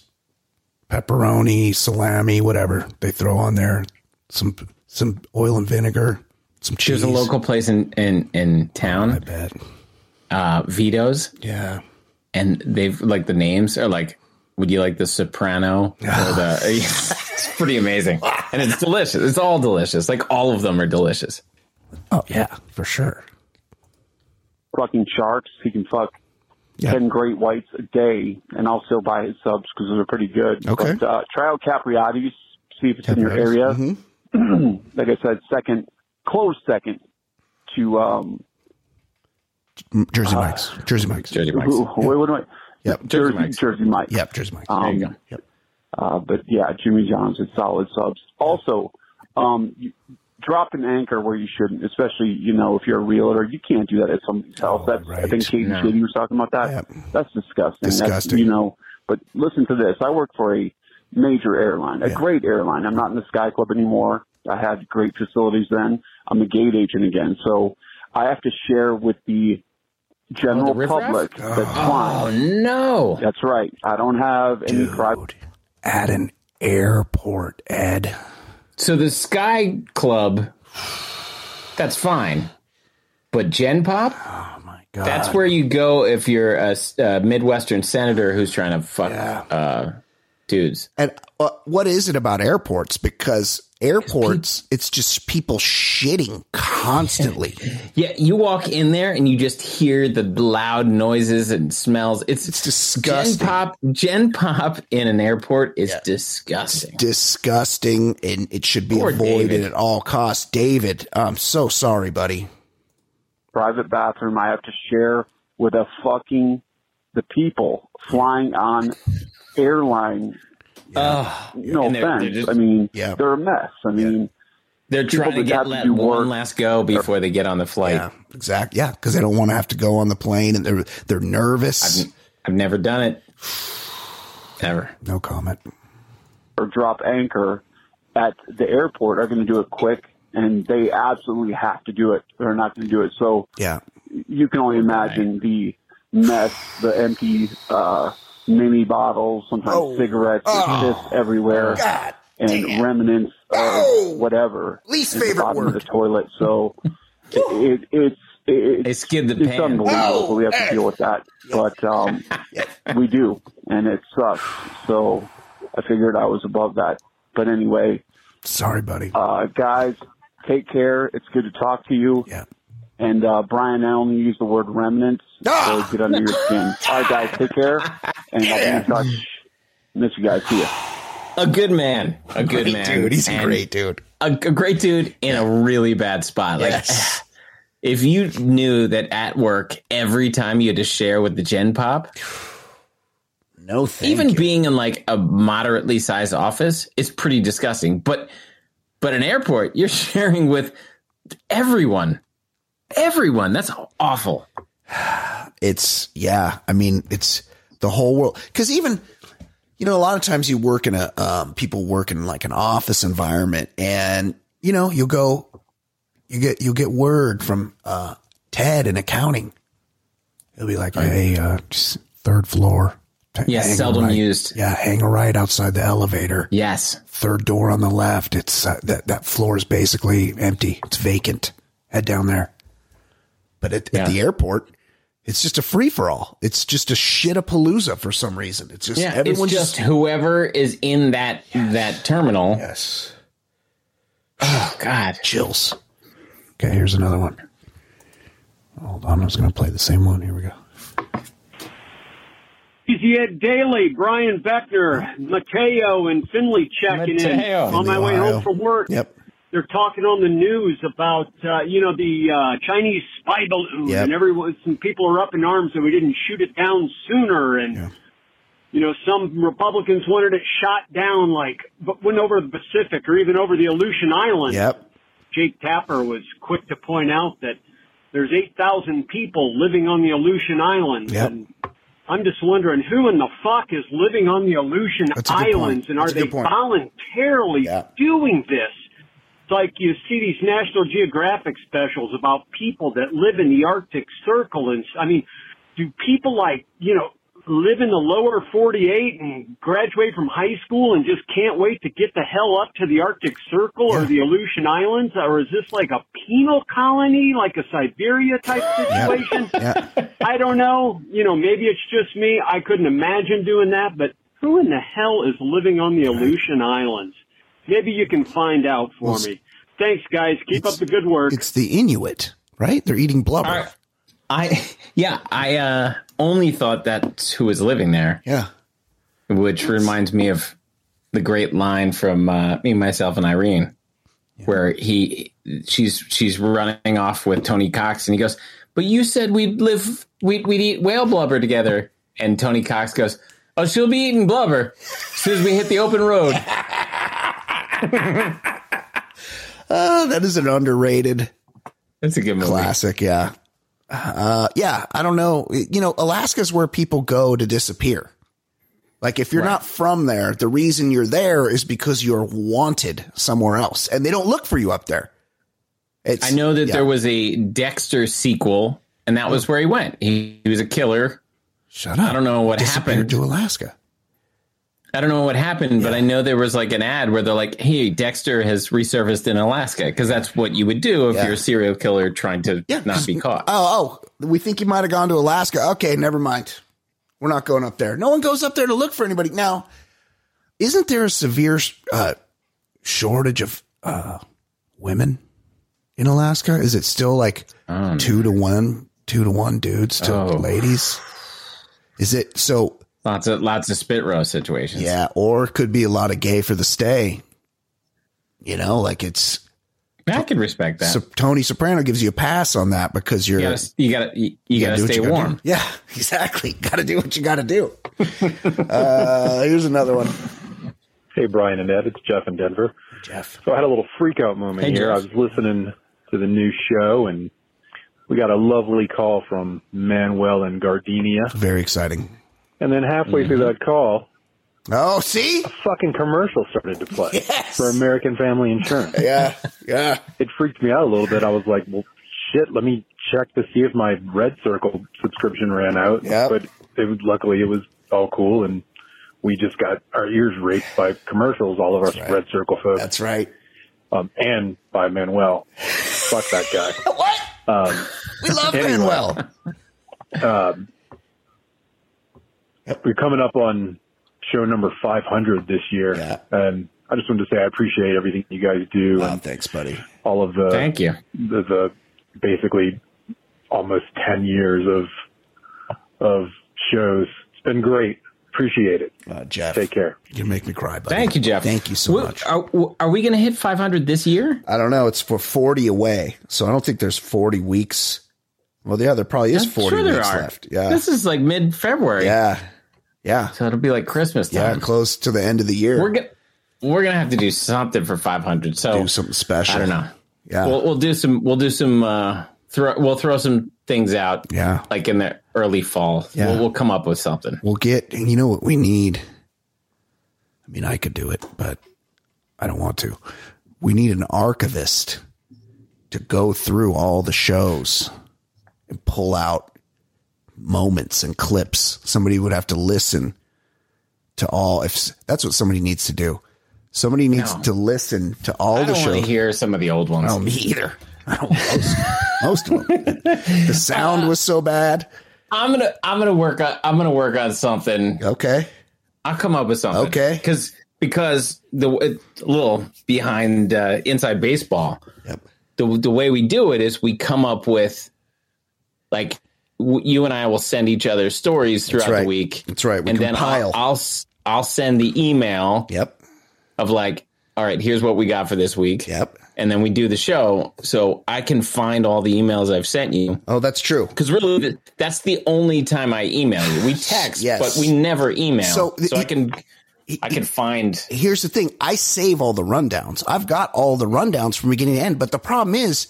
Speaker 2: pepperoni, salami, whatever they throw on there. Some some oil and vinegar, some cheese.
Speaker 3: There's a local place in in in
Speaker 2: I
Speaker 3: town,
Speaker 2: bet.
Speaker 3: uh, Vito's,
Speaker 2: Yeah.
Speaker 3: and they've like the names are like. Would you like the soprano? Or the, it's pretty amazing, and it's delicious. It's all delicious. Like all of them are delicious.
Speaker 2: Oh yeah, for sure.
Speaker 6: Fucking sharks. He can fuck
Speaker 2: Yeah.
Speaker 6: ten great whites a day, and I'll still buy his subs because they're pretty good.
Speaker 2: Okay.
Speaker 6: But, uh, try out Capriati's. See if it's in your
Speaker 2: Capriati's,
Speaker 6: area. like I said, second, close second to um.
Speaker 2: M- Mm, Jersey Mike's. Jersey Mike's.
Speaker 3: Uh, Jersey Mike's.
Speaker 6: Who, wait, what am I?
Speaker 2: Yep.
Speaker 6: Jersey,
Speaker 3: Mike's.
Speaker 6: Jersey Mike.
Speaker 2: Yep, Jersey Mike's.
Speaker 3: There you
Speaker 6: Um,
Speaker 3: go.
Speaker 6: Uh, but yeah, Jimmy John's is solid subs. Also, um, you drop an anchor where you shouldn't, especially you know if you're a realtor, you can't do that at somebody's house. That's I
Speaker 2: Oh, right.
Speaker 6: think Katie
Speaker 3: No.
Speaker 6: Shady was talking about that.
Speaker 2: Yep.
Speaker 6: That's disgusting.
Speaker 2: Disgusting.
Speaker 6: That's, you know, but listen to this. I work for a major airline, a great airline. I'm not in the Sky Club anymore. I had great facilities then. I'm a gate agent again, so I have to share with the general
Speaker 3: Oh, the riffraff?
Speaker 6: public that's
Speaker 3: Oh
Speaker 6: flying.
Speaker 3: no!
Speaker 6: That's right. I don't have any private
Speaker 2: Dude, at an airport, Ed.
Speaker 3: So the Sky Club, that's fine. But Gen Pop,
Speaker 2: Oh, My God.
Speaker 3: that's where you go if you're a, s- a Midwestern senator who's trying to fuck uh, dudes.
Speaker 2: And uh, what is it about airports? Because airports, it's just people shitting constantly.
Speaker 3: Yeah, you walk in there and you just hear the loud noises and smells. It's,
Speaker 2: It's disgusting.
Speaker 3: Gen Pop, Gen Pop in an airport is disgusting.
Speaker 2: Disgusting, and it should be
Speaker 3: Poor
Speaker 2: avoided
Speaker 3: David.
Speaker 2: at all costs. David, I'm so sorry, buddy.
Speaker 6: private bathroom I have to share with a fucking the people flying on airline. no
Speaker 3: And they're-
Speaker 6: offense.
Speaker 3: they're just-
Speaker 6: I mean,
Speaker 2: Yeah.
Speaker 6: they're a mess. I mean,
Speaker 3: They're trying to
Speaker 6: that have
Speaker 3: get
Speaker 6: to
Speaker 3: let
Speaker 6: do
Speaker 3: one
Speaker 6: work-
Speaker 3: last go before they get on the flight.
Speaker 2: exactly. Yeah, because they don't want to have to go on the plane, and they're they're nervous.
Speaker 3: I've never done it. Ever.
Speaker 2: no comment.
Speaker 6: or drop anchor at the airport are going to do it quick, and they absolutely have to do it. They're not going to do it. So
Speaker 2: Yeah,
Speaker 6: you can only imagine the mess, the empty uh, mini bottles, sometimes
Speaker 2: Oh.
Speaker 6: cigarettes,
Speaker 2: Oh.
Speaker 6: piss everywhere.
Speaker 2: God,
Speaker 6: and
Speaker 2: Damn.
Speaker 6: remnants of
Speaker 2: Oh!
Speaker 6: whatever.
Speaker 2: Least
Speaker 6: in the
Speaker 2: favorite
Speaker 6: bottom
Speaker 2: word.
Speaker 6: Of the toilet. So it, it, it's it,
Speaker 3: They
Speaker 6: it's
Speaker 3: skid the
Speaker 6: it's
Speaker 3: pan.
Speaker 6: unbelievable.
Speaker 2: Oh,
Speaker 6: we have to
Speaker 2: eh.
Speaker 6: deal with that, but um, we do, and it sucks. So I figured I was above that. But anyway,
Speaker 2: sorry, buddy.
Speaker 6: uh, guys, take care. It's good to talk to you.
Speaker 2: yeah,
Speaker 6: And uh, Brian, I only use the word remnants.
Speaker 2: Ah!
Speaker 6: So get under your skin. All right, guys, take care, and I'll be in touch. Miss you guys. See ya.
Speaker 3: A good man. A good man.
Speaker 2: dude, he's
Speaker 3: And
Speaker 2: a great dude.
Speaker 3: A, a great dude in a really bad spot. Like,
Speaker 2: Yes.
Speaker 3: if you knew that at work, every time you had to share with the Gen Pop,
Speaker 2: No, thank
Speaker 3: even
Speaker 2: you.
Speaker 3: being in like a moderately sized office, it's pretty disgusting. But, but an airport, you're sharing with everyone. Everyone. That's awful.
Speaker 2: it's yeah i mean it's the whole world because even you know a lot of times you work in a um, people work in like an office environment and you know you'll go you get you'll get word from uh ted in accounting he'll be like hey uh just third floor T-
Speaker 3: Yeah,
Speaker 2: hang a
Speaker 3: seldom
Speaker 2: right.
Speaker 3: used.
Speaker 2: yeah hang a right outside the elevator
Speaker 3: Yes.
Speaker 2: third door on the left it's uh, that that floor is basically empty it's vacant head down there but at,
Speaker 3: Yeah.
Speaker 2: at the airport it's just a free for all it's just a shit palooza for some reason it's just
Speaker 3: Yeah.
Speaker 2: everyone
Speaker 3: it's just, whoever is in that that terminal.
Speaker 2: yes
Speaker 3: Oh, God.
Speaker 2: chills okay here's another one hold on i was going to play the same one here we go
Speaker 7: You had Daly, Brian Beckner, Mateo, and Finley checking
Speaker 8: Mateo.
Speaker 7: in on my way
Speaker 2: Ohio.
Speaker 7: home from work.
Speaker 2: Yep.
Speaker 7: They're talking on the news about uh, you know the uh, Chinese spy balloon,
Speaker 2: Yep.
Speaker 7: and everyone, some people are up in arms that we didn't shoot it down sooner, and
Speaker 2: Yeah.
Speaker 7: you know some Republicans wanted it shot down, like but went over the Pacific or even over the Aleutian Islands.
Speaker 2: Yep.
Speaker 7: Jake Tapper was quick to point out that there's 8,000 people living on the Aleutian Islands.
Speaker 2: Yep.
Speaker 7: And I'm just wondering who in the fuck is living on the Aleutian
Speaker 2: That's a good point.
Speaker 7: Islands and are
Speaker 2: That's a
Speaker 7: they
Speaker 2: good point.
Speaker 7: voluntarily
Speaker 2: Yeah.
Speaker 7: doing this? It's like you see these National Geographic specials about people that live in the Arctic Circle. And s- I mean, do people like, you know, live in the lower 48 and graduate from high school and just can't wait to get the hell up to the Arctic Circle or
Speaker 2: Yeah.
Speaker 7: the Aleutian Islands? Or is this like a penal colony, like a Siberia type situation?
Speaker 2: Yeah.
Speaker 7: I don't know. You know, maybe it's just me. I couldn't imagine doing that, but who in the hell is living on the Aleutian Islands? Maybe you can find out for
Speaker 2: Well, s-
Speaker 7: me. Thanks, guys. Keep
Speaker 2: it's-
Speaker 7: up the good work.
Speaker 2: It's the Inuit, right? They're eating blubber.
Speaker 3: All right. I yeah, I uh, only thought that's who was living there,
Speaker 2: Yeah.
Speaker 3: which reminds me of the great line from uh, me, myself, and Irene, where he she's she's running off with Tony Cox, and he goes, "But you said we'd live we'd we'd eat whale blubber together," and Tony Cox goes. Oh, she'll be eating blubber as soon as we hit the open road.
Speaker 2: Oh, that is an underrated
Speaker 3: That's a good movie.
Speaker 2: classic. Yeah. Uh, yeah. I don't know. You know, Alaska's where people go to disappear. Like if you're not from there, the reason you're there is because you're wanted somewhere else and they don't look for you up there. It's,
Speaker 3: I know that
Speaker 2: yeah.
Speaker 3: there was a Dexter sequel, and that was where he went. He, he was a killer.
Speaker 2: Shut up.
Speaker 3: I don't know what
Speaker 2: Disappeared
Speaker 3: happened.
Speaker 2: to Alaska.
Speaker 3: I don't know what happened, but I know there was like an ad where they're like, "Hey, Dexter has resurfaced in Alaska," because that's what you would do if
Speaker 2: Yeah.
Speaker 3: you're a serial killer trying to
Speaker 2: Yeah,
Speaker 3: not
Speaker 2: just-
Speaker 3: be caught.
Speaker 2: Oh, oh, we think you might have gone to Alaska. Okay, never mind. We're not going up there. No one goes up there to look for anybody. Now, isn't there a severe uh, shortage of uh, women in Alaska? Is it still like two to one, two to one dudes to
Speaker 3: Um, Oh.
Speaker 2: ladies? Is it so?
Speaker 3: lots of lots of spit row situations.
Speaker 2: Yeah, or it could be a lot of gay for the stay. You know, like it's
Speaker 3: I could respect that.
Speaker 2: so Tony Soprano gives you a pass on that because you're
Speaker 3: you gotta you gotta you, you gotta
Speaker 2: do what
Speaker 3: stay
Speaker 2: you gotta
Speaker 3: warm.
Speaker 2: do. Yeah, exactly. Got to do what you got to do. uh, here's another one.
Speaker 9: Hey, Brian and Ed, it's Jeff in Denver.
Speaker 2: Jeff.
Speaker 9: So I had a little freak out moment
Speaker 3: Hey,
Speaker 9: here.
Speaker 3: Jeff.
Speaker 9: I was listening to the new show and we got a lovely call from Manuel and Gardenia.
Speaker 2: Very exciting.
Speaker 9: And then halfway through
Speaker 2: Mm-hmm.
Speaker 9: that call,
Speaker 2: Oh, see?
Speaker 9: fucking commercial started to play
Speaker 2: Yes.
Speaker 9: for American Family Insurance.
Speaker 2: Yeah, yeah.
Speaker 9: it freaked me out a little bit. I was like, well, shit, let me check to see if my Red Circle subscription ran out.
Speaker 2: Yep.
Speaker 9: But it, was- luckily it was all cool and we just got our ears raked by commercials, all of us
Speaker 2: right.
Speaker 9: Red Circle folks.
Speaker 2: That's right.
Speaker 9: um, and by Manuel. Fuck that guy.
Speaker 2: What?
Speaker 9: Um,
Speaker 2: We love
Speaker 9: Anyway.
Speaker 2: Manuel.
Speaker 9: um, We're coming up on show number 500 this year,
Speaker 2: Yeah.
Speaker 9: and I just wanted to say I appreciate everything you guys do
Speaker 2: Oh,
Speaker 9: and
Speaker 2: thanks, buddy.
Speaker 9: all of the
Speaker 3: Thank you.
Speaker 9: the, the basically almost 10 years of of shows. It's been great. Appreciate it.
Speaker 2: Uh, Jeff,
Speaker 9: Take care.
Speaker 2: you make me cry, buddy.
Speaker 3: Thank you, Jeff. uh,
Speaker 2: Thank you so
Speaker 3: Wh-
Speaker 2: much.
Speaker 3: Are, wh- are we gonna hit 500 this year?
Speaker 2: I don't know. It's for 40 away, so I don't think there's 40 weeks. Well, yeah, there probably is
Speaker 3: I'm
Speaker 2: 40
Speaker 3: sure there
Speaker 2: weeks
Speaker 3: are.
Speaker 2: left. Yeah,
Speaker 3: This is like mid February,
Speaker 2: yeah, yeah,
Speaker 3: so it'll be like Christmas
Speaker 2: yeah.
Speaker 3: time.
Speaker 2: Close to the end of the year.
Speaker 3: we're gonna we're gonna have to do something for 500. So
Speaker 2: do something special.
Speaker 3: I don't know.
Speaker 2: Yeah,
Speaker 3: We'll, we'll do some. We'll do some. Uh, throw. We'll throw some things out.
Speaker 2: yeah.
Speaker 3: Like in the early fall.
Speaker 2: Yeah.
Speaker 3: We'll, we'll come up with something.
Speaker 2: We'll get, and you know what we need? I mean, I could do it, but I don't want to. We need an archivist to go through all the shows and pull out moments and clips. Somebody would have to listen to all, if that's what somebody needs to do. Somebody needs
Speaker 3: No.
Speaker 2: to listen to all
Speaker 3: I
Speaker 2: the
Speaker 3: don't want
Speaker 2: shows.
Speaker 3: to hear some of the old ones.
Speaker 2: Oh, me either. I don't, most, most of them. The sound was so bad.
Speaker 3: I'm gonna. I'm gonna work on. I'm gonna work on something.
Speaker 2: Okay.
Speaker 3: I'll come up with something.
Speaker 2: Okay.
Speaker 3: Because because the a little behind uh, inside baseball.
Speaker 2: Yep.
Speaker 3: the the way we do it is we come up with like w- you and I will send each other stories throughout
Speaker 2: right.
Speaker 3: the week.
Speaker 2: That's right. We
Speaker 3: and
Speaker 2: compile.
Speaker 3: then I'll, I'll s- I'll send the email
Speaker 2: Yep.
Speaker 3: of like, all right, here's what we got for this week.
Speaker 2: Yep.
Speaker 3: And then we do the show, so I can find all the emails I've sent you.
Speaker 2: Oh, that's true.
Speaker 3: Because really, th- that's the only time I email you. We text,
Speaker 2: Yes.
Speaker 3: but we never email.
Speaker 2: So
Speaker 3: So,
Speaker 2: the-
Speaker 3: I can, I can find.
Speaker 2: Here's the thing. I save all the rundowns. I've got all the rundowns from beginning to end. But the problem is,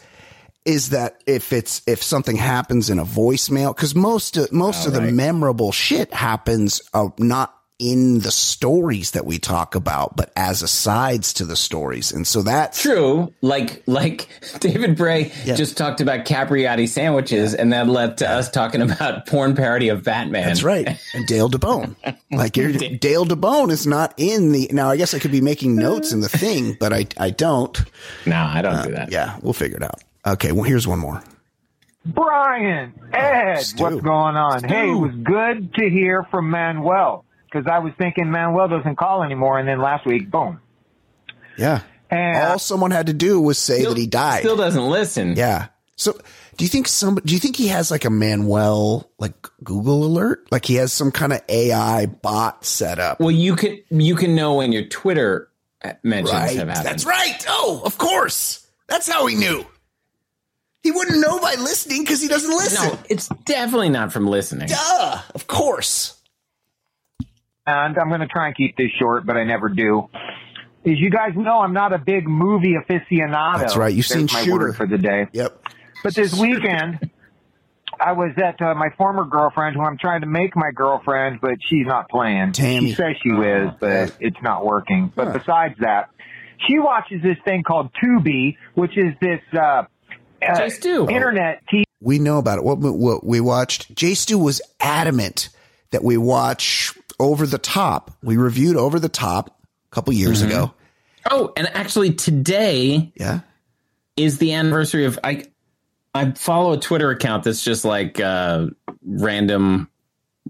Speaker 2: is that if it's, if something happens in a voicemail, cause most of, most of the memorable shit happens uh, not in the stories that we talk about, but as asides to the stories. And so that's
Speaker 3: True, like like David Bray
Speaker 2: Yeah.
Speaker 3: just talked about Capriati sandwiches, and that led to us talking about porn parody of Batman.
Speaker 2: That's right. And Dale DeBone. Like you're, Dale DeBone is not in the now I guess I could be making notes in the thing, but I I don't.
Speaker 3: No, I don't do that.
Speaker 2: Uh, Yeah, we'll figure it out. Okay, well here's one more.
Speaker 8: Brian, Ed,
Speaker 2: Stu.
Speaker 8: what's going on? Hey, it was good to hear from Manuel because I was thinking Manuel doesn't call anymore, and then last week, boom.
Speaker 2: Yeah.
Speaker 8: And
Speaker 2: All someone had to do was say that he died.
Speaker 3: Still doesn't listen.
Speaker 2: yeah. So do you think some do you think he has like a Manuel like Google alert? Like he has some kind of AI bot set up.
Speaker 3: Well, you can you can know when your Twitter mentions
Speaker 2: Right.
Speaker 3: have happened.
Speaker 2: That's right. Oh, of course. That's how he knew. He wouldn't know by listening because he doesn't listen.
Speaker 3: No, it's definitely not from listening.
Speaker 2: Duh. Of course.
Speaker 8: and I'm going to try and keep this short, but I never do. As you guys know, I'm not a big movie aficionado.
Speaker 2: That's right. You've
Speaker 8: There's
Speaker 2: seen
Speaker 8: my
Speaker 2: Shooter.
Speaker 8: word for the day.
Speaker 2: Yep.
Speaker 8: But this weekend, I was at uh, my former girlfriend, who I'm trying to make my girlfriend, but she's not playing.
Speaker 2: Tammy.
Speaker 8: She says she is, but it's not working. But besides that, she watches this thing called Tubi, which is this uh, uh,
Speaker 3: Jay Stu.
Speaker 8: internet TV
Speaker 2: We know about it. What, what we watched, Jay Stu was adamant that we watch Over the Top. We reviewed Over the Top a couple years
Speaker 3: Mm-hmm.
Speaker 2: ago.
Speaker 3: Oh, and actually, today
Speaker 2: Yeah.
Speaker 3: is the anniversary of I. I follow a Twitter account that's just like uh, random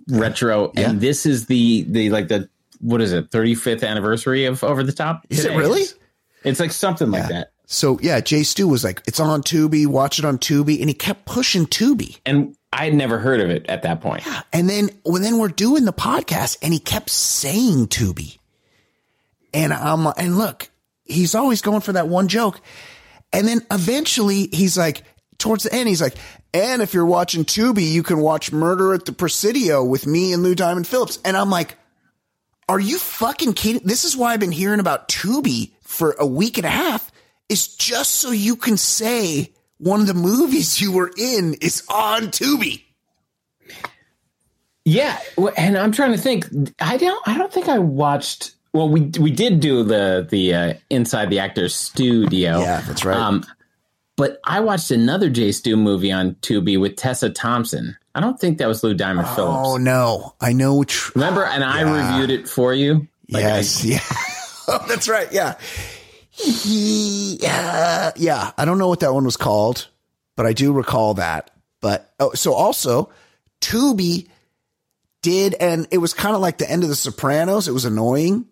Speaker 3: retro,
Speaker 2: Yeah.
Speaker 3: and this is the the like the what is it 35th anniversary of Over the Top?
Speaker 2: Is it
Speaker 3: Today
Speaker 2: really?
Speaker 3: It's like something like that.
Speaker 2: So yeah, Jay Stu was like, it's on Tubi, watch it on Tubi. And he kept pushing Tubi.
Speaker 3: And I had never heard of it at that point.
Speaker 2: And then well, then we're doing the podcast, and he kept saying Tubi. And I'm and look, he's always going for that one joke. And then eventually he's like, towards the end, he's like, and if you're watching Tubi, you can watch Murder at the Presidio with me and Lou Diamond Phillips. And I'm like, are you fucking kidding? This is why I've been hearing about Tubi for a week and a half, is just so you can say one of the movies you were in is on Tubi.
Speaker 3: Yeah, w- and I'm trying to think. I don't. I don't think I watched. Well, we we did do the the uh, inside the actors studio.
Speaker 2: Yeah, that's right.
Speaker 3: Um, but I watched another J. Stu movie on Tubi with Tessa Thompson. I don't think that was Lou Diamond
Speaker 2: Oh
Speaker 3: Phillips.
Speaker 2: no, I know which.
Speaker 3: Remember? And I reviewed it for you. Like, I-
Speaker 2: yes, yeah, oh, that's right. Yeah, he, uh, yeah. I don't know what that one was called, but I do recall that. But oh, so also, Tubi did, and it was kind of like the end of The Sopranos. It was annoying.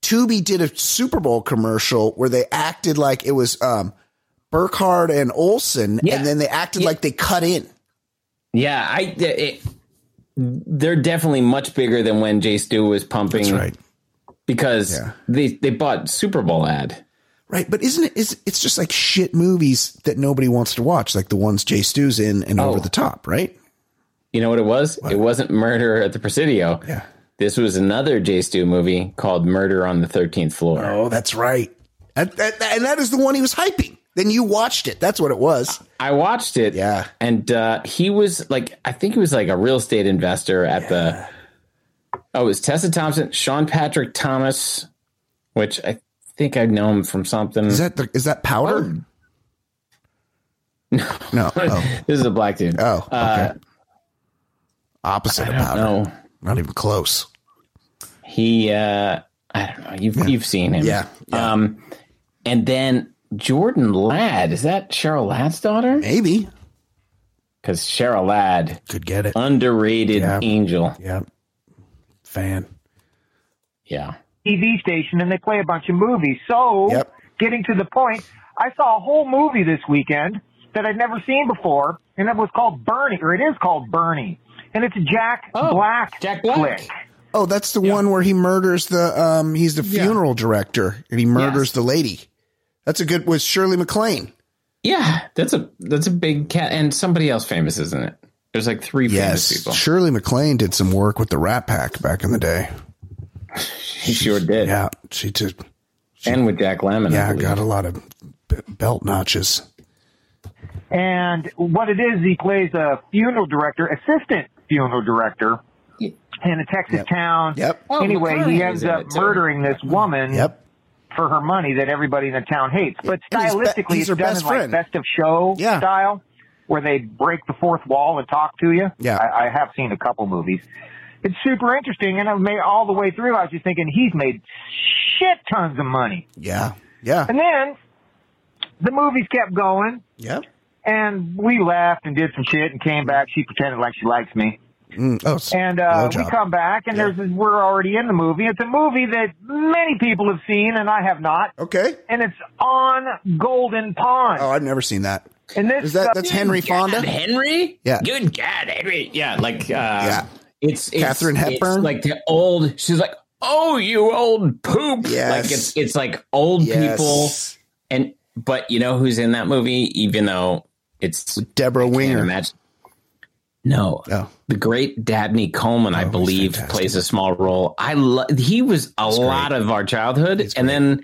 Speaker 2: Tubi did a Super Bowl commercial where they acted like it was um, Burkhardt and Olson,
Speaker 3: Yeah.
Speaker 2: and then they acted
Speaker 3: Yeah.
Speaker 2: like they cut in.
Speaker 3: yeah, I. It, they're definitely much bigger than when J. Stu was pumping. Because
Speaker 2: Yeah.
Speaker 3: they they bought Super Bowl ad.
Speaker 2: Right, but isn't it? Is it's just like shit movies that nobody wants to watch, like the ones Jay Stu's in and Over the Top, right?
Speaker 3: You know what it was? It wasn't Murder at the Presidio.
Speaker 2: Yeah.
Speaker 3: This was another J. Stu movie called Murder on the 13th Floor.
Speaker 2: Oh, that's right. That- that- that- and that is the one he was hyping. Then you watched it. That's what it was.
Speaker 3: I watched it.
Speaker 2: Yeah.
Speaker 3: And uh, he was like, I think he was like a real estate investor at the. Oh, it was Tessa Thompson, Sean Patrick Thomas, which I think I know him from something.
Speaker 2: Is that the, is that powder? No, no. Oh,
Speaker 3: this is a black dude. Uh,
Speaker 2: oh okay. Opposite of powder.
Speaker 3: no.
Speaker 2: Not even close.
Speaker 3: He, uh, I don't know. You've, you've seen him.
Speaker 2: Yeah,
Speaker 3: Um, and then Jordan Ladd. Is that Cheryl Ladd's daughter?
Speaker 2: Maybe
Speaker 3: Because Cheryl Ladd.
Speaker 2: could get it.
Speaker 3: underrated
Speaker 2: Yeah.
Speaker 3: angel.
Speaker 2: Yeah, fan.
Speaker 3: Yeah.
Speaker 8: TV station and they play a bunch of movies. So,
Speaker 2: Yep.
Speaker 8: getting to the point, I saw a whole movie this weekend that I'd never seen before, and it was called Bernie, or it is called Bernie, and it's a Jack
Speaker 3: Oh.
Speaker 8: Black Jack Black flick.
Speaker 2: Oh, that's the one where he murders the um he's the funeral director and he murders the lady. That's a good with Shirley MacLaine.
Speaker 3: Yeah, that's a that's a big cat, and somebody else famous, isn't it? There's like three famous people.
Speaker 2: Shirley MacLaine did some work with the Rat Pack back in the day.
Speaker 3: She sure did.
Speaker 2: Yeah, she did.
Speaker 3: and with Jack Lemmon. I
Speaker 2: Yeah,
Speaker 3: believe.
Speaker 2: got a lot of b- belt notches.
Speaker 8: And what it is, he plays a funeral director, assistant funeral director in a Texas town.
Speaker 2: Yep.
Speaker 4: Oh,
Speaker 8: anyway, he
Speaker 4: McConaughey's
Speaker 8: ends
Speaker 4: in
Speaker 8: up
Speaker 4: it, too.
Speaker 8: murdering this woman
Speaker 2: Yep.
Speaker 8: for her money that everybody in the town hates. But
Speaker 2: And he's be-
Speaker 8: stylistically,
Speaker 2: he's
Speaker 8: it's
Speaker 2: her
Speaker 8: done
Speaker 2: best
Speaker 8: in like
Speaker 2: friend.
Speaker 8: best of show
Speaker 2: Yeah.
Speaker 8: style where they break the fourth wall and talk to you.
Speaker 2: Yeah.
Speaker 8: I, I have seen a couple movies. It's super interesting, and I made all the way through. I was just thinking he's made shit tons of money,
Speaker 2: Yeah. Yeah.
Speaker 8: and then the movies kept going.
Speaker 2: Yep.
Speaker 8: And we left and did some shit and came back. She pretended like she likes me.
Speaker 2: Mm, oh, s-
Speaker 8: And uh, we
Speaker 2: blowjob.
Speaker 8: come back and there's we're already in the movie. It's a movie that many people have seen and I have not.
Speaker 2: Okay.
Speaker 8: And it's on Golden Pond.
Speaker 2: Oh, I've never seen that.
Speaker 8: and this
Speaker 2: Is that
Speaker 8: stuff-
Speaker 2: that's Henry Fonda?
Speaker 3: God, Henry?
Speaker 2: Yeah.
Speaker 3: Good God, Henry. Yeah, like uh
Speaker 2: Yeah.
Speaker 3: it's, it's
Speaker 2: Katharine
Speaker 3: it's
Speaker 2: Hepburn?
Speaker 3: like the old she's like, Oh, you old poop.
Speaker 2: Yes.
Speaker 3: Like it's it's like old people
Speaker 2: Yes.
Speaker 3: and but you know who's in that movie, even though it's
Speaker 2: Deborah
Speaker 3: can't
Speaker 2: Winger.
Speaker 3: imagine. No.
Speaker 2: Oh.
Speaker 3: The great Dabney Coleman, I
Speaker 2: he's
Speaker 3: believe,
Speaker 2: fantastic.
Speaker 3: plays a small role. I lo- he was a lot of our childhood, and then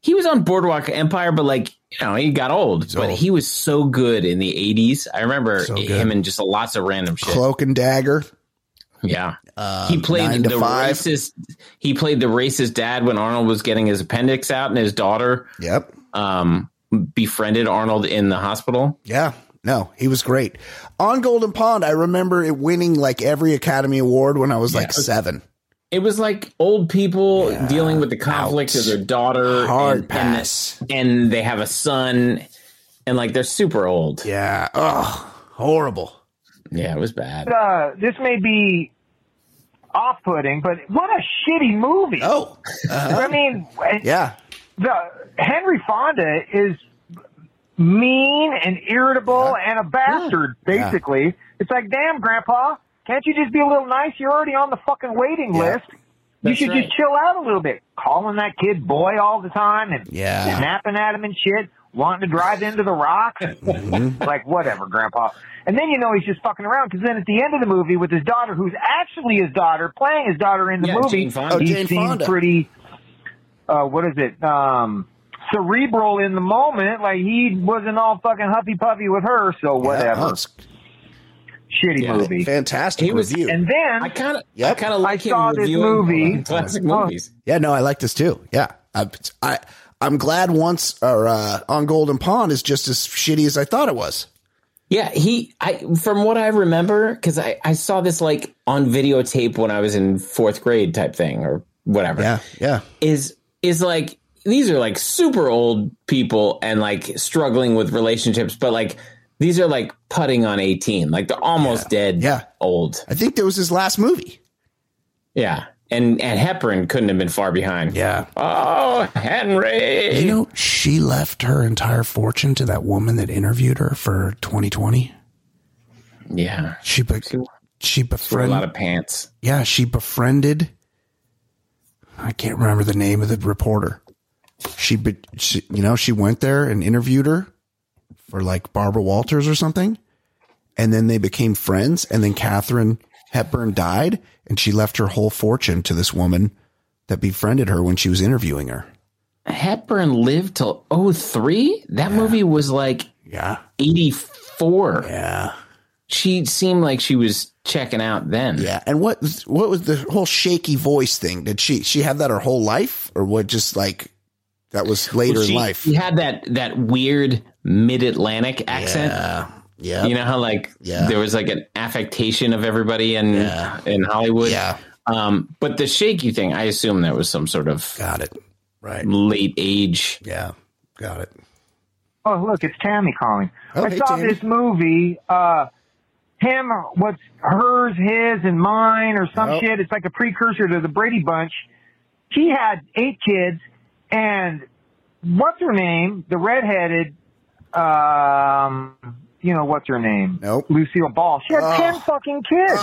Speaker 3: he was on Boardwalk Empire, but like you know, he got old. but
Speaker 2: old.
Speaker 3: he was so good in the eighties. I remember
Speaker 2: So good.
Speaker 3: him and just lots of random shit.
Speaker 2: Cloak and Dagger.
Speaker 3: yeah,
Speaker 2: Um,
Speaker 3: he
Speaker 2: Nine
Speaker 3: played
Speaker 2: to
Speaker 3: the
Speaker 2: Five.
Speaker 3: racist. He played the racist dad when Arnold was getting his appendix out, and his daughter
Speaker 2: Yep.
Speaker 3: um, befriended Arnold in the hospital.
Speaker 2: Yeah. No, he was great. On Golden Pond, I remember it winning like every Academy Award when I was like seven.
Speaker 3: It was like old people dealing with the conflict
Speaker 2: Out.
Speaker 3: of their daughter.
Speaker 2: Hard
Speaker 3: and,
Speaker 2: pass.
Speaker 3: And, and they have a son. And like they're super old. Yeah,
Speaker 2: Yeah. Oh, horrible.
Speaker 3: it was bad.
Speaker 8: uh, this may be off-putting, but what a shitty movie.
Speaker 2: Oh,
Speaker 8: I mean, eh,
Speaker 2: yeah.
Speaker 8: the Henry Fonda is mean and irritable and a bastard,
Speaker 2: Yeah.
Speaker 8: basically. It's like, damn, Grandpa, can't you just be a little nice? You're already on the fucking waiting
Speaker 2: Yeah.
Speaker 8: list. You
Speaker 3: That's
Speaker 8: should
Speaker 3: right.
Speaker 8: just chill out a little bit. Calling that kid boy all the time and
Speaker 2: Yeah.
Speaker 8: snapping at him and shit, wanting to drive into the rocks.
Speaker 2: Mm-hmm.
Speaker 8: like, whatever, Grandpa. And then you know he's just fucking around because then at the end of the movie with his daughter, who's actually his daughter, playing his daughter in the
Speaker 3: Yeah,
Speaker 8: movie,
Speaker 3: Jane Fonda.
Speaker 2: Oh,
Speaker 8: he
Speaker 2: Jane
Speaker 8: seems
Speaker 2: Fonda.
Speaker 8: pretty uh, what is it? Um, cerebral in the moment. Like he wasn't all fucking huffy puffy with her, so
Speaker 2: Yeah, oh,
Speaker 8: whatever.
Speaker 2: it's
Speaker 8: Shitty
Speaker 3: Yeah.
Speaker 8: movie.
Speaker 2: fantastic
Speaker 3: He was-
Speaker 2: review.
Speaker 8: And
Speaker 3: I
Speaker 8: then
Speaker 3: kind of, I
Speaker 2: Yep.
Speaker 3: kind of like him
Speaker 8: saw this
Speaker 3: reviewing
Speaker 8: movie.
Speaker 3: classic
Speaker 8: Oh.
Speaker 3: movies.
Speaker 2: yeah. No, I like this too. Yeah. I, I, I'm glad once or uh, on Golden Pond is just as shitty as I thought it was.
Speaker 3: Yeah, he. I from what I remember, because I I saw this like on videotape when I was in fourth grade type thing or whatever.
Speaker 2: Yeah. Yeah.
Speaker 3: is is like these are like super old people and like struggling with relationships, but like these are like putting on eighteen, like they're almost dead,
Speaker 2: Yeah.
Speaker 3: old,
Speaker 2: I think that was his last movie.
Speaker 3: yeah. And and Hepburn couldn't have been far behind.
Speaker 2: Yeah.
Speaker 3: Oh, Henry,
Speaker 2: You know, she left her entire fortune to that woman that interviewed her for 2020.
Speaker 3: yeah,
Speaker 2: She be- she
Speaker 3: for a
Speaker 2: befriended.
Speaker 3: lot of pants.
Speaker 2: yeah, she befriended. I can't remember the name of the reporter. She, be- she, you know, she went there and interviewed her for like Barbara Walters or something, and then they became friends. And then Catherine Hepburn died, and she left her whole fortune to this woman that befriended her when she was interviewing her.
Speaker 3: Hepburn lived till 03? That movie was like
Speaker 2: Yeah,
Speaker 3: eighty four.
Speaker 2: yeah.
Speaker 3: She seemed like she was checking out then.
Speaker 2: Yeah, and what what was the whole shaky voice thing? Did she she have that her whole life, or what? Just like that was later
Speaker 3: She-
Speaker 2: in life.
Speaker 3: She had that that weird mid Atlantic accent.
Speaker 2: Yeah,
Speaker 3: You know how like
Speaker 2: Yeah.
Speaker 3: there was like an affectation of everybody in
Speaker 2: Yeah.
Speaker 3: in Hollywood.
Speaker 2: yeah,
Speaker 3: Um, but the shaky thing, I assume that was some sort of
Speaker 2: got it. Right.
Speaker 3: late age.
Speaker 2: Yeah, got it.
Speaker 8: oh look, it's Tammy calling.
Speaker 2: Oh,
Speaker 8: I
Speaker 2: hey,
Speaker 8: saw
Speaker 2: Tammy.
Speaker 8: this movie. Uh, him, what's hers, his, and mine, or some
Speaker 2: Nope.
Speaker 8: shit. It's like a precursor to the Brady Bunch. He had eight kids, and what's her name? The redheaded um, you know, what's her name?
Speaker 2: Nope.
Speaker 8: Lucille Ball. She had
Speaker 2: Oh.
Speaker 8: 10 fucking kids.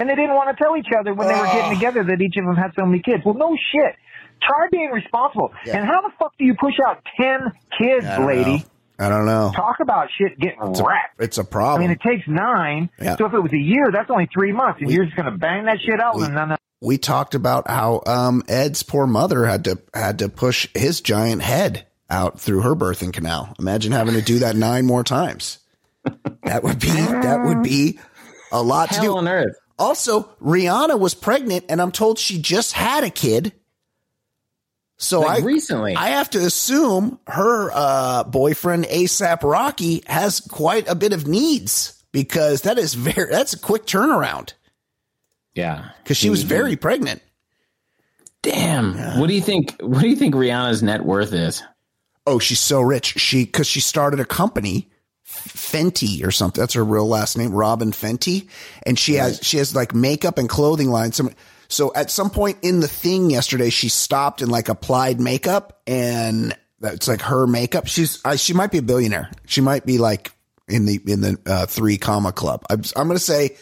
Speaker 8: And they didn't want to tell each other when they were getting together that each of them had so many kids. Well, no shit. Try being responsible. And how the fuck do you push out 10 kids,
Speaker 2: I don't
Speaker 8: lady?
Speaker 2: know. I don't know.
Speaker 8: Talk about shit getting
Speaker 2: It's a,
Speaker 8: wrecked.
Speaker 2: it's
Speaker 8: I
Speaker 2: a
Speaker 8: mean,
Speaker 2: problem.
Speaker 8: it takes nine.
Speaker 2: Yeah.
Speaker 8: So if it was a year, that's only three months. And you're just going to bang that shit out. and then,
Speaker 2: we talked about how um, Ed's poor mother had to had to push his giant head out through her birthing canal. Imagine having to do that nine more times. That would be that would be a lot to do
Speaker 3: Hell on earth.
Speaker 2: Also, Rihanna was pregnant, and I'm told she just had a kid. So
Speaker 3: Like
Speaker 2: Oh, I
Speaker 3: recently.
Speaker 2: I have to assume her uh, boyfriend ASAP Rocky has quite a bit of needs because that is very that's a quick turnaround
Speaker 3: yeah.
Speaker 2: because she
Speaker 3: Mm-hmm.
Speaker 2: was very pregnant.
Speaker 3: Damn. What do you think? What do you think Rihanna's net worth is?
Speaker 2: Oh, she's so rich. She because she started a company, Fenty or something. That's her real last name, Robin Fenty, and she has she has like makeup and clothing line. Some so at some point in the thing yesterday, she stopped and like applied makeup, and that's like her makeup. She's I, she might be a billionaire. She might be like in the in the uh, three comma club. I'm I'm gonna say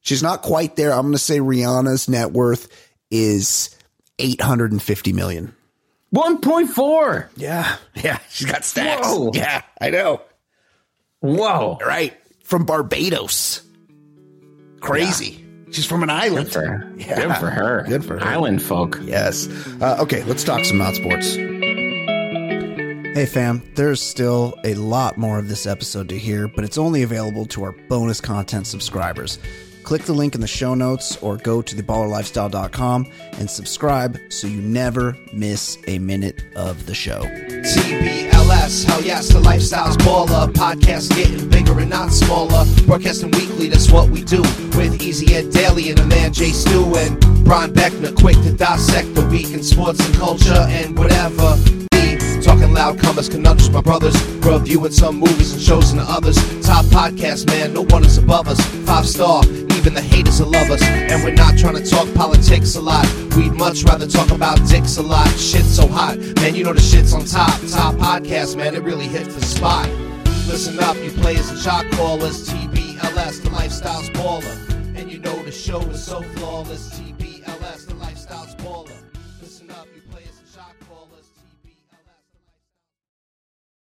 Speaker 2: she's not quite there. I'm gonna say Rihanna's net worth is eight hundred and fifty million.
Speaker 3: One point four.
Speaker 2: Yeah. Yeah. She's got stacks.
Speaker 3: Whoa.
Speaker 2: Yeah. I know.
Speaker 3: Whoa.
Speaker 2: Right. From Barbados. Crazy. She's from an
Speaker 3: Good
Speaker 2: island.
Speaker 3: for her.
Speaker 2: Yeah.
Speaker 3: Good for her.
Speaker 2: Good for her.
Speaker 3: Island folk.
Speaker 2: Yes. Uh, okay. Let's talk some not sports.
Speaker 1: Hey fam, there's still a lot more of this episode to hear, but it's only available to our bonus content subscribers. Click the link in the show notes or go to theballerlifestyle.com and subscribe so you never miss a minute of the show.
Speaker 10: TBLS, hell yes, the lifestyle's baller. Podcast getting bigger and not smaller. Broadcasting weekly, that's what we do. With Easy Ed Daily and the man Jay Stu and Brian Beckner, quick to dissect the week in sports and culture and whatever. Be Talking loud, comers, conundrums, my brothers. Reviewing some movies and shows and the others. Top podcast, man, no one is above us. Five star, even the haters will love us. And we're not trying to talk politics a lot. We'd much rather talk about dicks a lot. Shit so hot, man, you know the shit's on top. Top podcast, man, it really hit the spot. Listen up, you players and shot callers. TBLS, the lifestyle's baller. And you know the show is so flawless. TBLS.